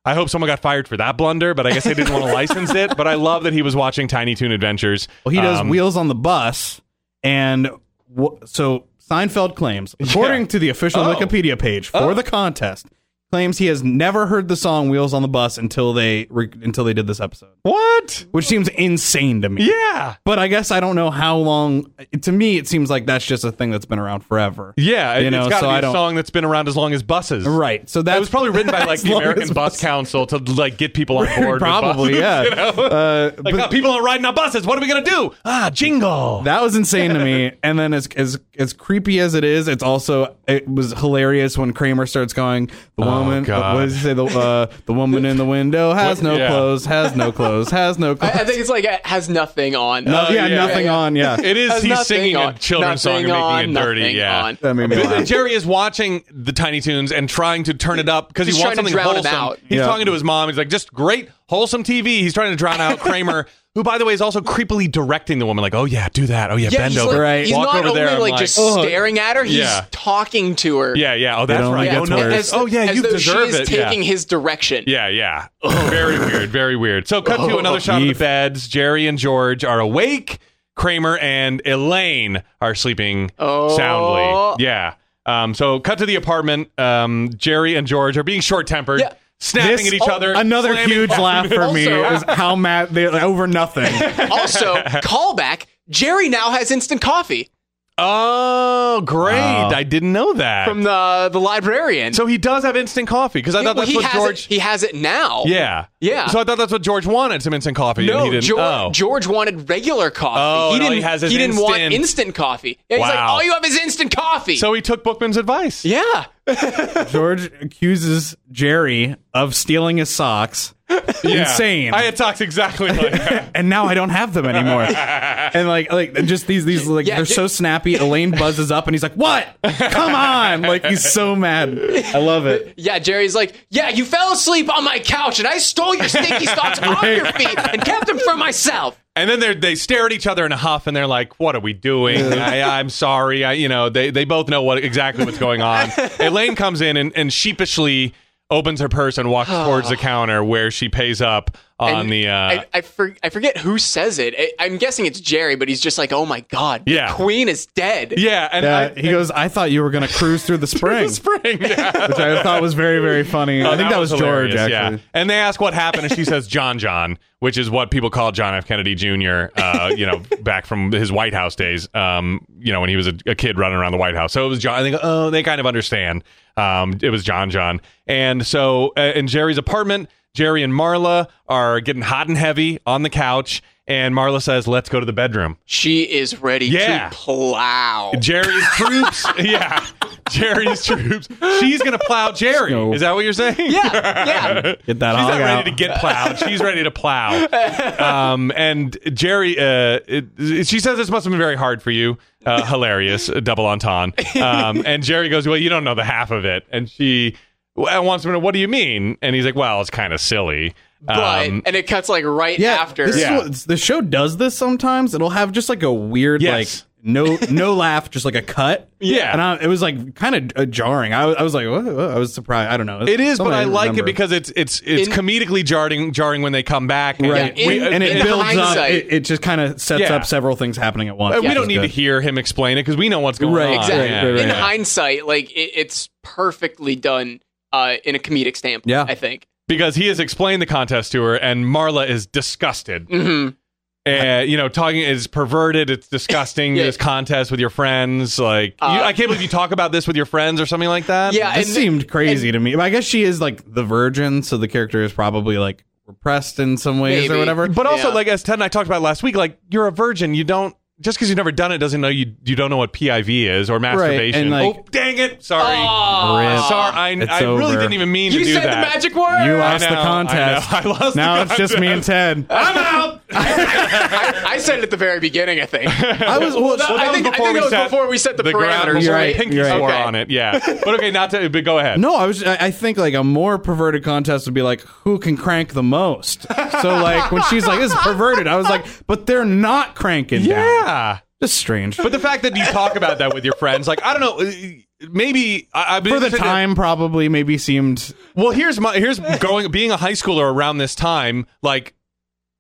A: I hope someone got fired for that blunder, but I guess they didn't want to license it. But I love that he was watching Tiny Toon Adventures.
C: Well, he does
A: Um,
C: Wheels on the Bus, and w- so Seinfeld claims, according to the official
A: Oh.
C: Wikipedia page for the contest, claims he has never heard the song "Wheels on the Bus" until they re- until they did this episode,
A: what?
C: which seems insane to me.
A: Yeah.
C: But I guess I don't know how long. To me, it seems like that's just a thing that's been around forever.
A: Yeah,
C: You
A: it,
C: know,
A: it's got to
C: so I
A: be a
C: don't-
A: song that's been around as long as buses.
C: Right. So that
A: It was probably written by like
C: As
A: the
C: long
A: American
C: as
A: Bus Council to like get people on board. with
C: probably
A: buses,
C: yeah.
A: you know?
C: Uh,
A: Like,
C: but-
A: "Ah, people aren't riding on buses. What are we gonna do? Ah, jingle.
C: That was insane to me. And then as as as creepy as it is, it's also it was hilarious when Kramer starts going, the woman
A: Oh, God.
C: what does he say? The uh, the woman in the window has
A: What-
C: no
A: yeah.
C: clothes, has no clothes, has no clothes.
B: I think it's like it has nothing on.
C: No-
A: Oh,
C: yeah,
A: yeah,
C: nothing
B: yeah.
C: on, yeah.
A: it is.
B: Has
A: He's
B: nothing
A: singing
B: on-
A: a children's song and
B: nothing
A: making
B: on,
A: it dirty.
B: nothing
A: Yeah.
B: on.
C: that made me
A: But then
C: laugh.
A: Jerry is watching the Tiny Toons and trying to turn it up because he
B: He's
A: wants
B: trying
A: something
B: to drown it
A: wholesome.
B: out.
A: He's
C: Yeah.
A: talking to his mom. He's like, "Just great wholesome TV." He's trying to drown out Kramer, who, by the way, is also creepily directing the woman. Like, "Oh yeah, do that. Oh yeah,
B: Yeah,
A: bend
B: he's,
A: over.
B: like,
C: Right.
B: he's
A: Walk
B: not
A: over
B: only
A: there." I'm "Oh,
B: like, just
C: "Ugh."
B: staring at her, he's
A: Yeah.
B: talking to her.
A: Yeah, yeah. Oh, that's
C: only
A: right.
C: gets
A: Oh, no.
C: worse.
A: that's- Oh, yeah.
B: as
A: You
B: though
A: deserve
B: she is
A: it.
B: Taking
A: yeah.
B: his direction.
A: Yeah, yeah.
B: Oh.
A: very weird. Very weird. So, cut to another shot of the
C: Yeef.
A: beds. Jerry and George are awake. Kramer and Elaine are sleeping
B: Oh.
A: soundly. Yeah. Um, so, cut to the apartment. Um, Jerry and George are being short tempered,
B: Yeah.
A: snapping at each
C: oh,
A: other.
C: Another
A: slamming
C: huge laugh for me
B: Also-
C: is how mad they over nothing.
B: Also, callback. Jerry now has instant coffee
A: Oh, great.
C: Wow.
A: I didn't know that.
B: from the the librarian.
A: so, he does have instant coffee because I thought
B: Well,
A: that's
B: he
A: what
B: has
A: George.
B: it, he has it now.
A: yeah.
B: Yeah.
A: So, I thought that's what George wanted some instant coffee. and
B: No,
A: he didn't.
B: George,
A: oh.
B: George wanted regular coffee.
A: Oh,
B: he
A: and all
B: didn't.
A: he has is
B: didn't want
A: instant.
B: instant coffee. And He's like,
A: Wow.
B: all you have is instant coffee.
A: so, he took Bookman's advice.
B: yeah,
C: George accuses Jerry of stealing his socks. Insane.
A: I had talks exactly like that.
C: and now I don't have them anymore. and like like just these these like
B: Yeah,
C: they're
B: ju-
C: so snappy. Elaine buzzes up and he's like, "What? Come on!" Like he's so mad. I love it.
B: yeah. Jerry's like, yeah, you fell asleep on my couch, and I stole your stinky socks off your feet and kept them for myself.
A: And then they they stare at each other in a huff, and they're like, "What are we doing? I, I'm sorry." I, you know, they they both know what exactly what's going on. Elaine comes in and, and sheepishly opens her purse and walks towards the counter where she pays up on
B: And
A: the. Uh,
B: I, I, for, I forget who says it. I, I'm guessing it's Jerry, but he's just like, oh my god,
A: Yeah.
B: the Queen is dead.
A: yeah, and
C: Yeah,
A: I,
C: he goes, "I thought you were gonna cruise through the spring,"
A: spring. Yeah.
C: which I thought was very very funny. I think that, was, George
A: Oh, hilarious,
C: actually.
A: And they ask what happened, and she says John John, which is what people call John F. Kennedy Jr. Uh, you know, back from his White House days. Um, you know, when he was a, a kid running around the White House. So it was John. They go, oh, they kind of understand. Um, it was John John, and so uh, in Jerry's apartment, Jerry and Marla are getting hot and heavy on the couch, and Marla says, "Let's go to the bedroom."
B: She is ready
A: Yeah.
B: to plow.
A: Jerry's troops, yeah. Jerry's troops. She's gonna plow Jerry.
C: No.
A: Is that what you're saying?
B: yeah,
A: Um,
B: yeah.
C: Get that
A: She's
C: hog
A: not ready
C: out.
A: to get plowed. She's ready to plow. Um, and Jerry, uh, it, it- she says this must have been very hard for you. Uh, hilarious, uh, double entendre. Um, and Jerry goes, "Well, you don't know the half of it." And she w- wants to know, "What do you mean?" And he's like, "Well, it's kind of silly."
B: But
A: Um,
B: and it cuts like right
C: yeah,
B: after.
C: This
A: Yeah.
C: Is what, the show does this sometimes. It'll have just like a weird
A: Yes.
C: like no no laugh, just like a cut.
A: Yeah.
C: and I, it was like kind of jarring. I, was- I was like, "Whoa, whoa," I was surprised. I don't know.
A: it is, but
C: Something
A: I like
C: remember.
A: it because it's it's it's
B: In-
A: comedically jarring jarring when they come back. And
C: right
B: Yeah,
A: we-
B: in-
A: uh,
C: and it
B: in
C: builds up
B: hindsight-
C: it, it just kind of sets
A: Yeah.
C: up several things happening at once
A: uh, we
C: which
A: don't
C: is
A: need to
C: good.
A: hear him explain it because we know what's going on.
C: Right,
B: exactly.
A: Yeah.
C: right, right.
B: in hindsight, like it, it's perfectly done uh, in a comedic standpoint.
C: Yeah.
B: I think.
A: because he has explained the contest to her, and Marla is disgusted.
B: hmm
A: Uh, you know, talking is perverted. It's disgusting.
B: Yeah.
A: This contest with your friends, like you,
B: Uh,
A: I can't believe you talk about this with your friends or something like that.
B: Yeah,
C: This
B: and-
C: seemed crazy to me. But I guess she is like the virgin, so the character is probably like repressed in some ways
B: Maybe.
C: or whatever.
A: But also,
B: Yeah.
A: like as Ted and I talked about last week, like you're a virgin. You don't just because you've never done it doesn't know you you don't know what PIV is or masturbation.
C: and, like-
A: oh, dang it! Sorry,
B: Aw.
C: Rip.
A: sorry. I,
C: It's
A: I really
C: over.
A: didn't even mean
B: You
A: to do
B: said
A: that.
B: the magic word.
C: you
A: I
C: lost the
A: know, I
C: contest.
A: know. I lost the
C: Now it's just me and Ted.
A: I'm out.
B: I, I said it at the very beginning. I think.
C: I was well,
B: that- I
A: That was
B: think- I think that was before we set the
A: ground
B: parameters,
A: rules.
C: right?
A: I think you
C: You're right.
A: swore
B: Okay.
A: on it. Yeah, but okay, not to. But go ahead.
C: No, I was. I I think like a more perverted contest would be like who can crank the most. So like when she's like this is perverted, I was like, but they're not cranking. down.
A: Yeah.
C: just strange.
A: But the fact that you talk about that with your friends, like I don't know, uh, maybe I, I've been
C: for the
A: interested in-
C: time, probably maybe seemed
A: well, here's my here's going being a high schooler around this time, like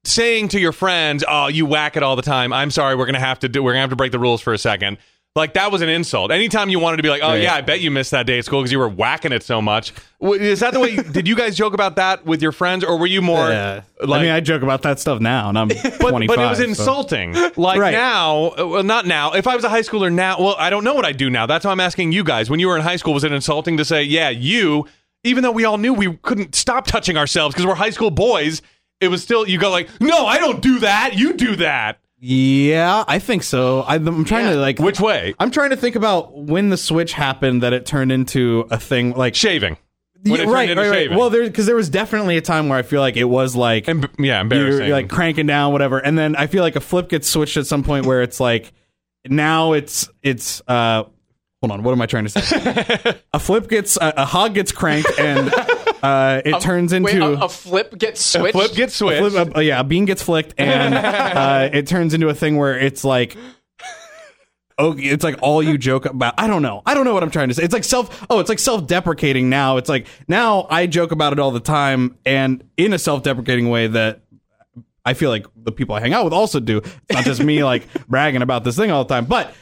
A: saying to your friends, "Oh, you whack it all the time." I'm sorry, we're gonna have to do. We're gonna have to break the rules for a second. Like that was an insult. Anytime you wanted to be like, "Oh
C: Right.
A: yeah, I bet you missed that day at school because you were whacking it so much." W- Is that the way? did you guys joke about that with your friends, or were you more?
C: Yeah.
A: like,
C: I mean, I joke about that stuff now, and I'm
A: but,
C: 25.
A: but it was
C: so-
A: insulting. Like
C: Right.
A: now, uh, well, not now. If I was a high schooler now, well, I don't know what I do now. That's why I'm asking you guys. When you were in high school, was it insulting to say, "Yeah, you"? Even though we all knew we couldn't stop touching ourselves because we're high school boys, it was still you go like, "No, I don't do that. You do that."
C: Yeah, I think so. I, I'm trying to like.
A: Which way?
C: I'm trying to think about when the switch happened that it turned into a thing like
A: Shaving.
C: Yeah,
A: When it turned
C: right,
A: into
C: right, right.
A: shaving.
C: Well, there because there was definitely a time where I feel like it was like
A: Em- yeah, embarrassing.
C: you're like cranking down whatever, and then I feel like a flip gets switched at some point where it's like now it's it's uh hold on, what am I trying to say? a flip gets a, a hog gets cranked and uh it turns into
B: Wait, a, a flip gets switched.
A: Flip gets switched.
C: flip- uh, yeah, a bean gets flicked, and uh, it turns into a thing where it's like. Oh, it's like all you joke about. I don't know. I don't know what I'm trying to say. It's like self. Oh, it's like self-deprecating now. It's like now I joke about it all the time, and in a self-deprecating way that I feel like the people I hang out with also do. It's not just me like bragging about this thing all the time. But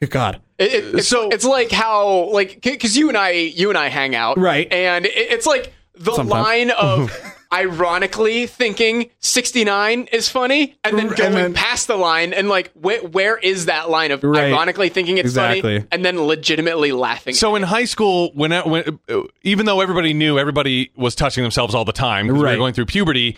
C: good God,
B: It, it- it's,
A: So-
B: it's like how like because you and I you and I hang out
C: Right.
B: and it, it's like the
C: Sometimes.
B: line of ironically thinking 69 is funny and then
C: And
B: going
C: then-
B: past the line and like wh- where is that line of
C: Right.
B: ironically thinking it's
C: Exactly.
B: funny and then legitimately laughing
A: So in high school, when, I- when uh, even though everybody knew everybody was touching themselves all the time, 'cause we were
C: Right.
A: going through puberty.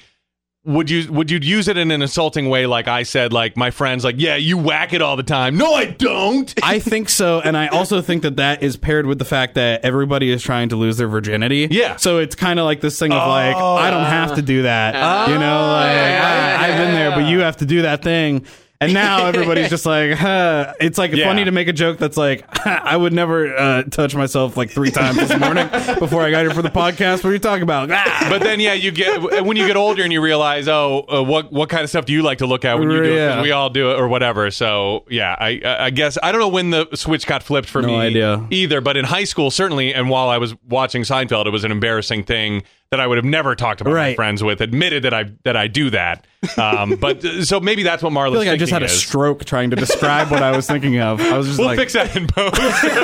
A: Would you would you use it in an insulting way, like I said, like my friends, like yeah, you whack it all the time. No, I don't.
C: I think so, and I also think that that is paired with the fact that everybody is trying to lose their virginity.
A: Yeah.
C: So it's kind of like this thing of like,
A: Oh.
C: I don't have to do that, you know? Like,
B: Oh. yeah.
C: I, have been there, but you have to do that thing. And now everybody's just like, huh. it's like
A: Yeah.
C: funny to make a joke that's like, I would never uh, touch myself like three times this morning before I got here for the podcast. What are you talking about? Ah.
A: But then yeah, you get when you get older and you realize, oh, uh, what what kind of stuff do you like to look at when you do it? 'Cause
C: Yeah.
A: We all do it or whatever. So yeah, I I I guess I don't know when the switch got flipped for
C: No
A: me
C: idea.
A: either. But in high school, certainly, and while I was watching Seinfeld, it was an embarrassing thing that I would have never talked about my
C: Right.
A: friends with. Admitted that I that I do that. Um, but uh, so maybe that's what Marla's
C: I feel like I just had a
A: is.
C: stroke trying to describe what I was thinking of. I was just
A: We'll
C: like,
A: fix that in post. We'll fix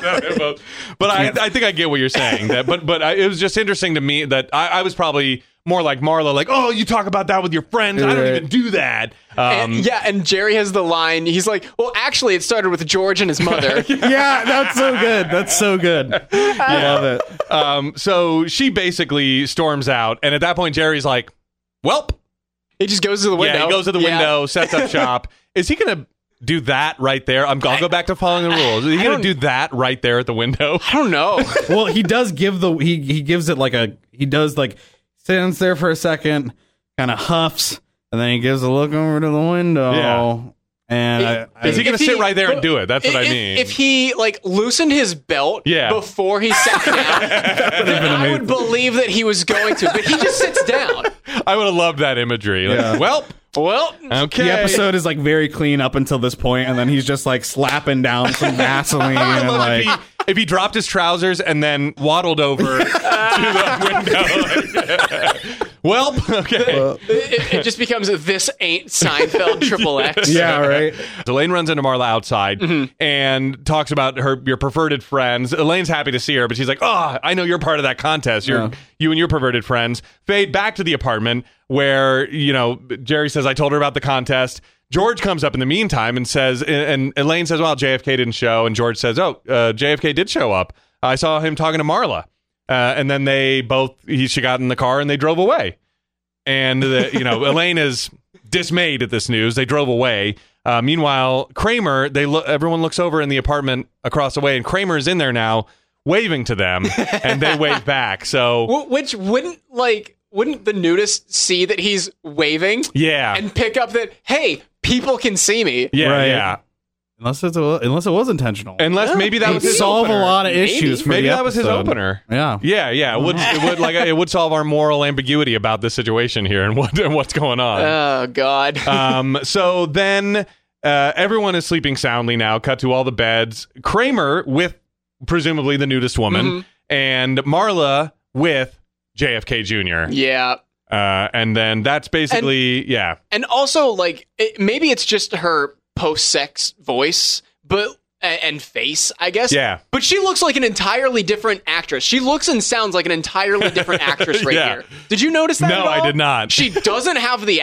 A: that in post. but I, I think I get what you're saying. That, but but I, it was just interesting to me that I, I was probably more like Marla, like, oh, you talk about that with your friends. I don't
C: Right.
A: even do that. Um,
B: And- Eh, yeah and Jerry has the line he's like well actually it started with George and his mother
C: yeah, that's so good. That's so good. I love it.
A: um, so she basically storms out, and at that point, Jerry's like, "Welp."
B: he just goes to the window
A: Yeah, he goes to the
B: Yeah.
A: window, sets up shop. Is he gonna? Do that right there. I'm. I'll go back to following the rules. Is he gonna
B: don't-
A: do that right there at the window?
B: I don't know
C: well, he does give the he he gives it like a he does like stands there for a second, kind of huffs, and then he gives a look over to the window.
A: Yeah.
C: And I, I,
A: Is he gonna
B: If he-
A: sit right there and do it? That's what I
B: if,
A: mean.
B: If he like loosened his belt
A: Yeah.
B: before he sat down, then I would believe that he was going to, but he just sits down.
A: I would have loved that imagery. Like,
C: Yeah.
A: Welp.
B: Well,
A: Okay.
C: the episode is like very clean up until this point, and then he's just like slapping down some Vaseline and
A: If
C: like.
A: he, if he dropped his trousers and then waddled over to the window. Well, okay.
D: Well,
B: It, it just becomes a this ain't Seinfeld triple X.
D: yeah, right.
A: Elaine runs into Marla outside and talks about her your perverted friends. Elaine's happy to see her, but she's like, "Oh, I know you're part of that contest. You're
C: Yeah.
A: you and your perverted friends." Fade back to the apartment where you know Jerry says, "I told her about the contest." George comes up in the meantime and says, and, and Elaine says, "Well, JFK didn't show," and George says, "Oh, uh, JFK did show up. I saw him talking to Marla." Uh, and then they both he, she got in the car and they drove away and the, you know Elaine is dismayed at this news. They drove away. Uh, meanwhile, Kramer, they look. Everyone looks over in the apartment across the way, and Kramer is in there now, waving to them, and they wave back. So
B: Wh- Which wouldn't like wouldn't the nudist see that he's waving
A: yeah,
B: and pick up that hey people can see me?
A: yeah,
C: Right.
A: yeah.
C: unless it's a, unless it was intentional.
A: Unless
B: Yeah.
A: maybe that was his
C: solve
A: opener.
C: a lot of
B: Maybe.
C: issues. For
A: Maybe
C: the
A: that was his
C: episode.
A: opener.
C: Yeah.
A: Yeah, yeah. It would, it would like it would solve our moral ambiguity about this situation here and what and what's going on.
B: Oh God.
A: um, so then uh, everyone is sleeping soundly now. Cut to all the beds. Kramer with presumably the nudist woman
B: Mm-hmm.
A: and Marla with JFK Jr.
B: yeah.
A: Uh, and then that's basically yeah.
B: and also like it, maybe it's just her post-sex voice but a- and face i guess
A: Yeah.
B: but she looks like an entirely different actress she looks and sounds like an entirely different actress right
A: Yeah.
B: here did you notice that
A: No,
B: at all?
A: I did not.
B: she doesn't have the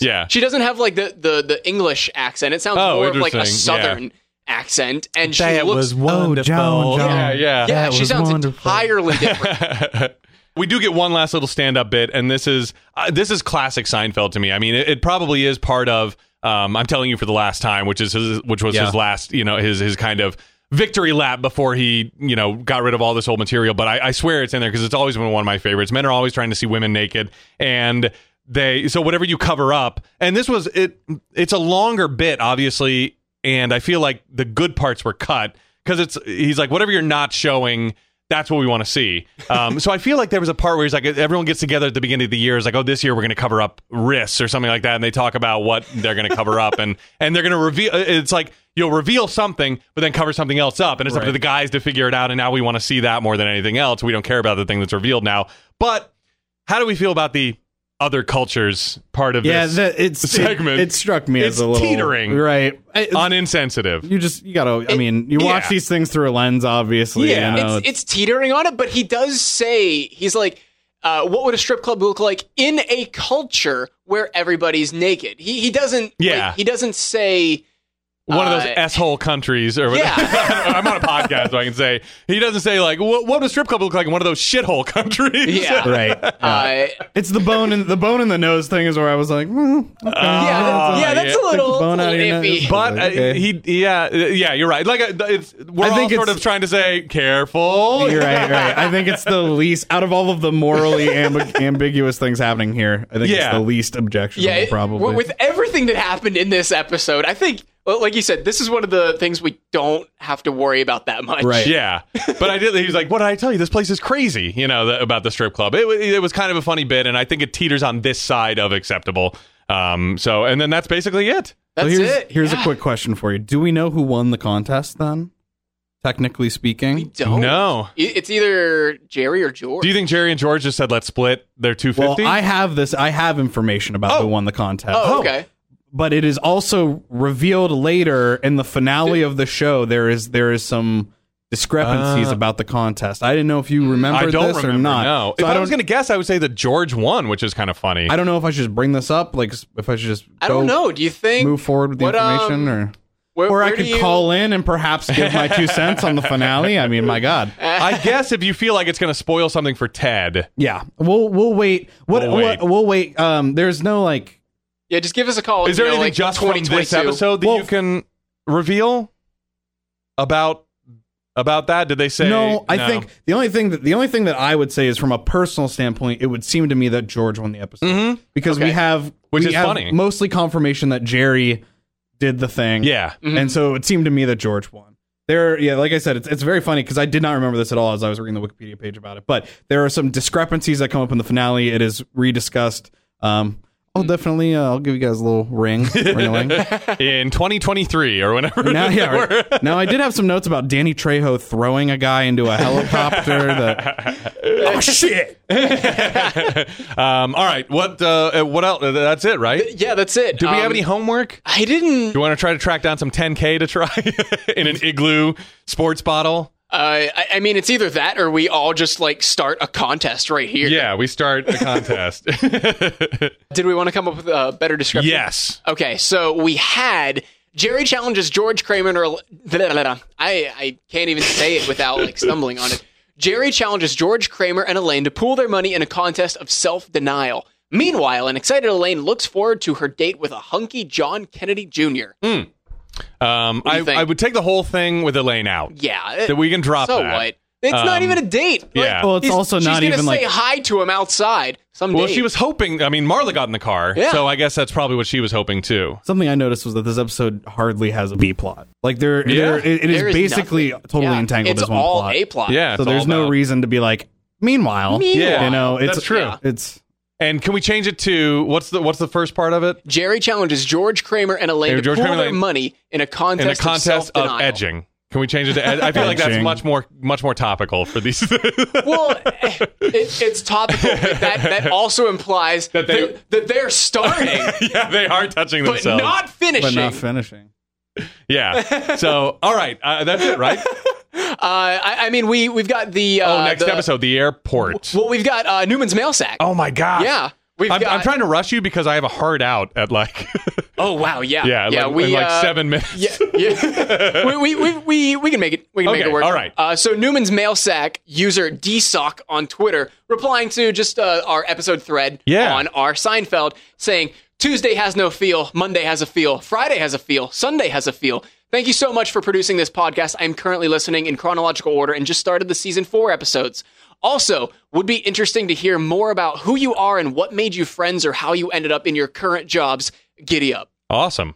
A: Yeah.
B: she doesn't have like the the, the english accent it sounds
A: Oh,
B: more of like a
A: interesting. Yeah.
B: southern accent and she looks
C: wonderful. Oh, John, John.
A: Yeah, yeah.
B: yeah
C: that
B: she
C: was
B: sounds
C: wonderful.
B: entirely different
A: we do get one last little stand-up bit, and this is uh, this is classic Seinfeld to me. I mean, it, it probably is part of um, I'm telling you for the last time, which is his, which was
C: Yeah.
A: his last, you know, his his kind of victory lap before he you know got rid of all this old material. But I, I swear it's in there because it's always been one of my favorites. Men are always trying to see women naked, and they so whatever you cover up, and this was it. It's a longer bit, obviously, and I feel like the good parts were cut because it's he's like whatever you're not showing that's what we want to see. Um, so I feel like there was a part where he's like, everyone gets together at the beginning of the year. It's like, oh, this year we're going to cover up wrists or something like that, and they talk about what they're going to cover up, and and they're going to reveal. uh, It's like you'll reveal something, but then cover something else up, and it's up to
C: Right.
A: the guys to figure it out. And now we want to see that more than anything else. We don't care about the thing that's revealed now. But how do we feel about the other cultures part of
C: Yeah,
A: this?
C: that, it's
A: segment.
C: It, it struck me
A: It's
C: as a little
A: teetering.
C: right? I-
B: Uh,
A: on insensitive.
C: you just you gotta. I mean, you watch
A: yeah.
C: these things through a lens, obviously.
A: Yeah.
C: you know,
B: it's, it's teetering on it, but he does say he's like, uh, "What would a strip club look like in a culture where everybody's naked?" He he doesn't.
A: Yeah.
B: like, he doesn't say.
A: One of those
B: Uh,
A: asshole countries, or whatever. I'm on a podcast, so I can say he doesn't say like what, what would a strip club look like in one of those shithole countries.
B: Yeah.
C: right.
B: Uh,
C: It's the bone in the bone in the nose thing is where I was like, mm, okay.
B: Uh, yeah,
A: Oh,
B: that's, yeah, that's
A: yeah.
B: a little,
C: Bone out of your
B: little
C: nose.
B: iffy.
A: But uh,
C: Okay.
A: he, yeah, uh, yeah, you're right. Like, uh, it's, we're
C: I think
A: all sort
C: it's-
A: of trying to say, careful.
C: You're right, right. I think it's the least out of all of the morally ambi- ambiguous things happening here. I think
A: Yeah.
C: it's the least objectionable,
B: yeah, it-
C: probably.
B: with everything that happened in this episode, I think, well, like you said, this is one of the things we don't have to worry about that much.
C: Right.
A: Yeah, but I did. He was like, "What did I tell you? This place is crazy." You know the, about the strip club. It, wa- it was kind of a funny bit, and I think it teeters on this side of acceptable. Um. So, and then that's basically it.
B: That's
C: here's
B: it.
C: here's
B: Yeah.
C: a quick question for you. Do we know who won the contest then? Technically speaking,
B: Don't.
A: No.
B: I- It's either Jerry or George.
A: Do you think Jerry and George just said, "Let's split"? They're two
C: well,
A: fifty.
C: I have this. I have information about who won the contest.
B: oh, okay.
C: but it is also revealed later in the finale of the show. There is there is some
B: Uh.
C: discrepancies about the contest. I didn't know if
B: Mm,
C: you remembered
A: I don't
C: this
A: remember.
C: or not.
A: No. if
C: So I
A: I,
C: don't.
A: was going to guess, I would say that George won, which is kind of funny.
C: I don't know if I should just bring this up. Like if I should just
B: I don't
C: go
B: know. Do you think
C: move forward with the
B: what, um,
C: information or.
B: Where,
C: Or I
B: where do
C: could
B: you-
C: call in and perhaps give my two cents on the finale. I mean, my God.
A: I guess if you feel like it's going to spoil something for Ted,
C: Yeah, we'll we'll wait. What
A: We'll
C: we'll
A: wait.
C: wait. What, we'll wait. Um, there's no like.
B: Yeah, just give us a call.
A: Is there
B: you know,
A: anything
B: like,
A: just from this
B: 2022.
A: episode that
C: Well,
A: you can reveal about about that? Did they say
C: no, I think the only thing that the only thing that I would say is from a personal standpoint, it would seem to me that George won the episode
A: Mhm.
C: because
B: Okay.
C: we have
A: Which
C: we
A: is
C: have
A: funny.
C: mostly confirmation that Jerry did the thing.
A: Yeah, Mm-hmm.
C: and so it seemed to me that George won. There, yeah, like I said, it's, it's very funny because I did not remember this at all as I was reading the Wikipedia page about it. But there are some discrepancies that come up in the finale. It is rediscussed. Um, I'll definitely uh, I'll give you guys a little ring. ring
A: in 2023 or whenever.
C: now, yeah, right. now I did have some notes about Danny Trejo throwing a guy into a helicopter. That oh shit!
A: um, all right. What? Uh, what else? That's it, right? Do
B: Yeah, that's it. Do
A: we
C: Um,
A: have any homework?
B: I didn't.
A: You want to try to track down some 10k to try in an igloo sports bottle?
B: Uh, I, I mean, it's either that or we all just like start a contest right here.
A: Yeah, we start a contest.
B: Did we want to come up with a better description?
A: yes.
B: Okay, so we had Jerry challenges George Kramer. To, a- blah, blah, blah. I I can't even say it without like stumbling on it. Jerry challenges George Kramer and Elaine to pool their money in a contest of self denial. Meanwhile, an excited Elaine looks forward to her date with a hunky John Kennedy Jr.
A: Hmm. Um,
B: do
A: I,
B: you think?
A: I would take the whole thing with Elaine out.
B: Yeah, it-
A: That we can drop
B: so
A: that.
B: what? It's not
A: Um,
B: even a date. Like,
A: yeah.
C: Well, it's
B: he's-
C: also
B: she's
C: not
B: gonna
C: even
B: say
C: like
B: hi to him outside. Someday.
A: Well, she was hoping. I mean, Marla got in the car,
B: Yeah.
A: so I guess that's probably what she was hoping too.
C: something I noticed was that this episode hardly has a B plot. Like there,
A: Yeah.
C: there it, it is
B: There is
C: basically
B: nothing.
C: totally
B: Yeah,
C: entangled
B: It's
C: as one
B: all
C: plot.
B: a plot.
A: Yeah.
C: so
A: it's
C: there's
A: all
C: no
A: about-
C: reason to be like. Meanwhile,
B: Meanwhile.
C: you know, it's
A: That's true.
B: Yeah.
C: It's
A: And can we change it to what's the what's the first part of it?
B: Jerry challenges George Kramer and Elaine
A: Hey,
B: to
A: George
B: pool
A: Kramer and
B: their
A: Elaine-
B: money in a contest,
A: In a contest
B: of,
A: of,
B: self-denial.
A: edging. Can we change it to? Ed- I feel like that's
C: Edging.
A: much more much more topical for these.
B: Well, eh, it, it's topical, but that, that also implies that,
A: they-
B: they, are that they're starting,
A: yeah, they are touching
B: but
A: themselves.
B: not finishing.
C: but not finishing.
A: yeah. So all right, uh, that's it, right?
B: uh, I, I mean, we, we've got the. Uh,
A: Oh, next
B: the-
A: episode, the airport.
B: Well, we've got uh, Newman's mail sack.
A: oh my god.
B: Yeah. We've
A: I'm,
B: got,
A: I'm trying to rush you because I have a hard out at like
B: Oh, wow. Yeah.
A: yeah,
B: yeah
A: like,
B: we,
A: in like
B: uh,
A: seven minutes.
B: Yeah, yeah. we, we, we, we, we can make it. We can make
A: Okay,
B: it work.
A: all right.
B: Uh, so Newman's mail sack user DSock on Twitter replying to just uh, our episode thread
A: Yeah.
B: on our Seinfeld saying Tuesday has no feel, Monday has a feel, Friday has a feel, Sunday has a feel. Thank you so much for producing this podcast. I'm currently listening in chronological order and just started the season four episodes. Also, would be interesting to hear more about who you are and what made you friends or how you ended up in your current jobs. Giddy up.
A: Awesome.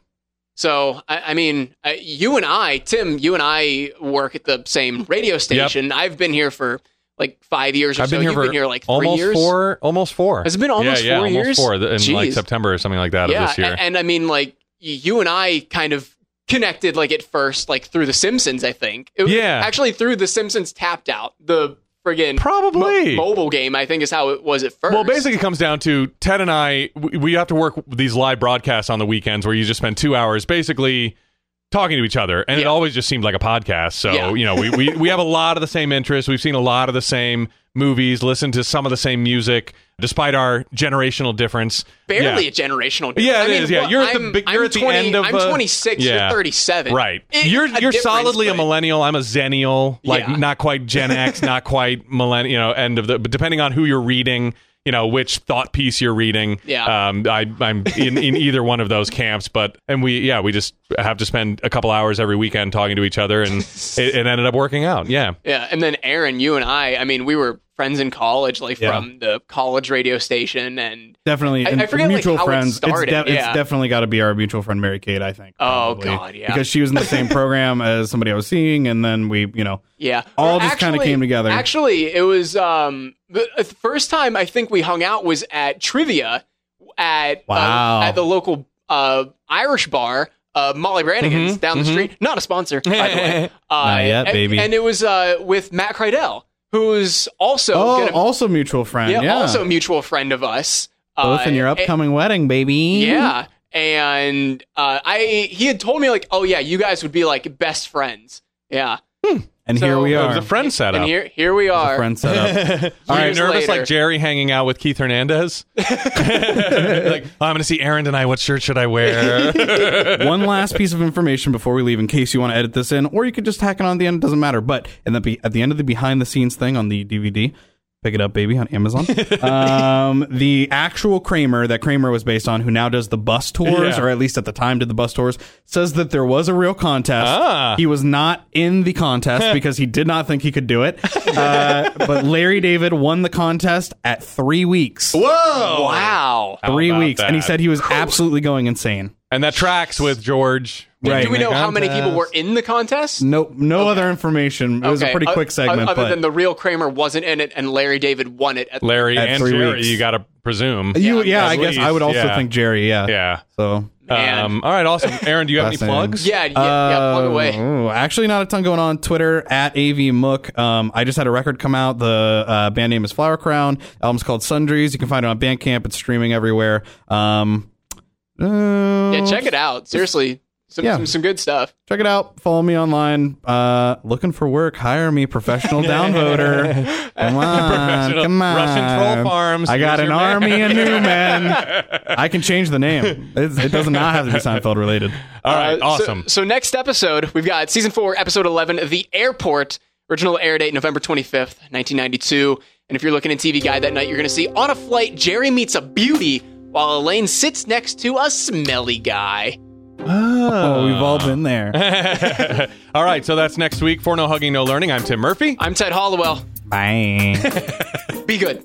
B: So I, I mean, uh, you and I, Tim, you and I work at the same radio station. I've been here for like five years or
A: I've
B: so.
A: been here
B: You've
A: for
B: been here like three
A: almost
B: years.
A: four, almost four.
B: Has it been almost
A: yeah, yeah,
B: four
A: almost
B: years?
A: Four th- in like
B: Jeez.
A: September or something like that
B: yeah,
A: of this year.
B: a- and I mean, like you and I kind of connected like at first, like through The Simpsons. I think. It was-
A: Yeah.
B: actually through The Simpsons Tapped Out, the friggin'
A: Probably.
B: mo- mobile game. I think is how it was at first.
A: well, basically, it comes down to Ted and I. We, we have to work these live broadcasts on the weekends where you just spend two hours basically talking to each other, and it
B: Yeah.
A: always just seemed like a podcast. So
B: Yeah.
A: you know, we, we we have a lot of the same interests. We've seen a lot of the same movies, listened to some of the same music, despite our generational difference.
B: barely
A: Yeah.
B: a generational. difference.
A: Yeah, it
B: I mean,
A: is, yeah.
B: what,
A: You're at the
B: I'm-
A: big- you're
B: I'm
A: at the
B: 20
A: end of,
B: I'm
A: uh,
B: 26.
A: yeah.
B: You're 37.
A: Right.
B: It-
A: you're
B: a
A: you're
B: difference,
A: solidly a
B: but-
A: millennial. I'm a zennial. Like
B: Yeah.
A: not quite Gen X, not quite millennial. You know, end of the. But depending on who you're reading, you know, which thought piece you're reading.
B: Yeah.
A: Um. I I'm in in either one of those camps. But and we yeah we just have to spend a couple hours every weekend talking to each other, and it, it ended up working out. Yeah.
B: Yeah, and then Aaron, you and I, I mean, we were friends in college, like
C: Yeah.
B: from the college radio station, and
C: Definitely,
B: I-
C: and
B: I forget, like,
C: mutual
B: how it
C: friends.
B: started,
C: it's, it's
B: yeah.
C: definitely got to be our mutual friend Mary Kate. I think.
B: Oh,
C: probably.
B: God, yeah.
C: because she was in the same program as somebody I was seeing, and then we, you know,
B: yeah,
C: All
B: Or
C: just kinda
B: actually-
C: came together.
B: Actually, it was um the the first time I think we hung out was at trivia at uh,
C: Wow.
B: at the local uh Irish bar. Uh, Molly Brannigan's down the street. Not a sponsor, by the way. Uh,
C: Mm-hmm. Not yet,
B: and-
C: baby.
B: And it was uh, with Matt Crydell, who's also
C: oh,
B: gonna,
C: also mutual friend.
B: yeah,
C: Yeah,
B: also a mutual friend of us.
C: both in your
B: Uh,
C: upcoming wedding, baby.
B: Yeah. And uh, I he had told me like, oh yeah, you guys would be like best friends. Yeah.
C: and
B: So-
C: here we
A: It
C: are.
A: was a friend setup.
B: And here here we are.
C: friend setup.
A: Are you
B: Years
A: nervous
B: later.
A: like Jerry hanging out with Keith Hernandez? like, oh, I'm going to see Aaron tonight. What shirt should I wear?
C: One last piece of information before we leave, in case you want to edit this in, or you could just hack it on at the end. It doesn't matter. But and the, be- at the end of the behind the scenes thing on the DVD. Pick it up, baby, on Amazon. um, the actual Kramer that Kramer was based on, who now does the bus tours,
A: Yeah.
C: or at least at the time did the bus tours, says that there was a real contest.
A: Ah.
C: He was not in the contest because he did not think he could do it. Uh, but Larry David won the contest at three weeks. Oh.
A: Whoa!
B: Wow.
A: How
C: Three
A: about
C: weeks. And he
A: that?
C: said he was absolutely going insane.
A: And that tracks with George.
C: Right.
B: Do we know how many people
A: Contest.
B: were in the contest?
C: No, no other information. It was a pretty
B: o-
C: quick
B: o-
C: segment,
B: Other
C: but
B: than the real Kramer wasn't in it, and Larry David won it. At,
A: Larry
C: At
A: and
C: three
A: Jerry,
C: weeks.
A: you got to presume.
C: You,
B: Yeah,
C: yeah,
A: at
C: I guess I would
A: least,
C: also
A: yeah.
C: think Jerry. Yeah.
A: Yeah.
C: So
B: Man.
A: Um, all right, awesome. Aaron, do you have any
C: Fascinating.
A: plugs?
B: yeah, yeah, yeah, plug
C: Uh,
B: away.
C: ooh, actually, not a ton going on. Twitter at avmook. Um, I just had a record come out. The uh, band name is Flower Crown. Album's called Sundries. You can find it on Bandcamp. It's streaming everywhere. Um,
B: Yeah, check it out. Seriously, some
C: Uh, Yeah.
B: some, some good stuff.
C: Check it out. Follow me online. Uh, looking for work? Hire me, professional downvoter. Come on,
A: Professional
C: come on.
A: Russian troll farms.
C: I got
A: Here's
C: an
A: your man.
C: army of new men. I can change the name. It's, it does not have to be Seinfeld related.
A: All right,
B: Uh, so-
A: awesome.
B: So, next episode, we've got season four, episode eleven, the airport. Original air date November twenty fifth, nineteen ninety two. And if you're looking in TV Guide that night, you're gonna see on a flight Jerry meets a beauty while Elaine sits next to a smelly guy.
C: Oh, we've all been there.
A: all right, so that's next week for No Hugging, No Learning. I'm Tim Murphy.
B: I'm Ted Hollowell.
C: Bye.
B: Be good.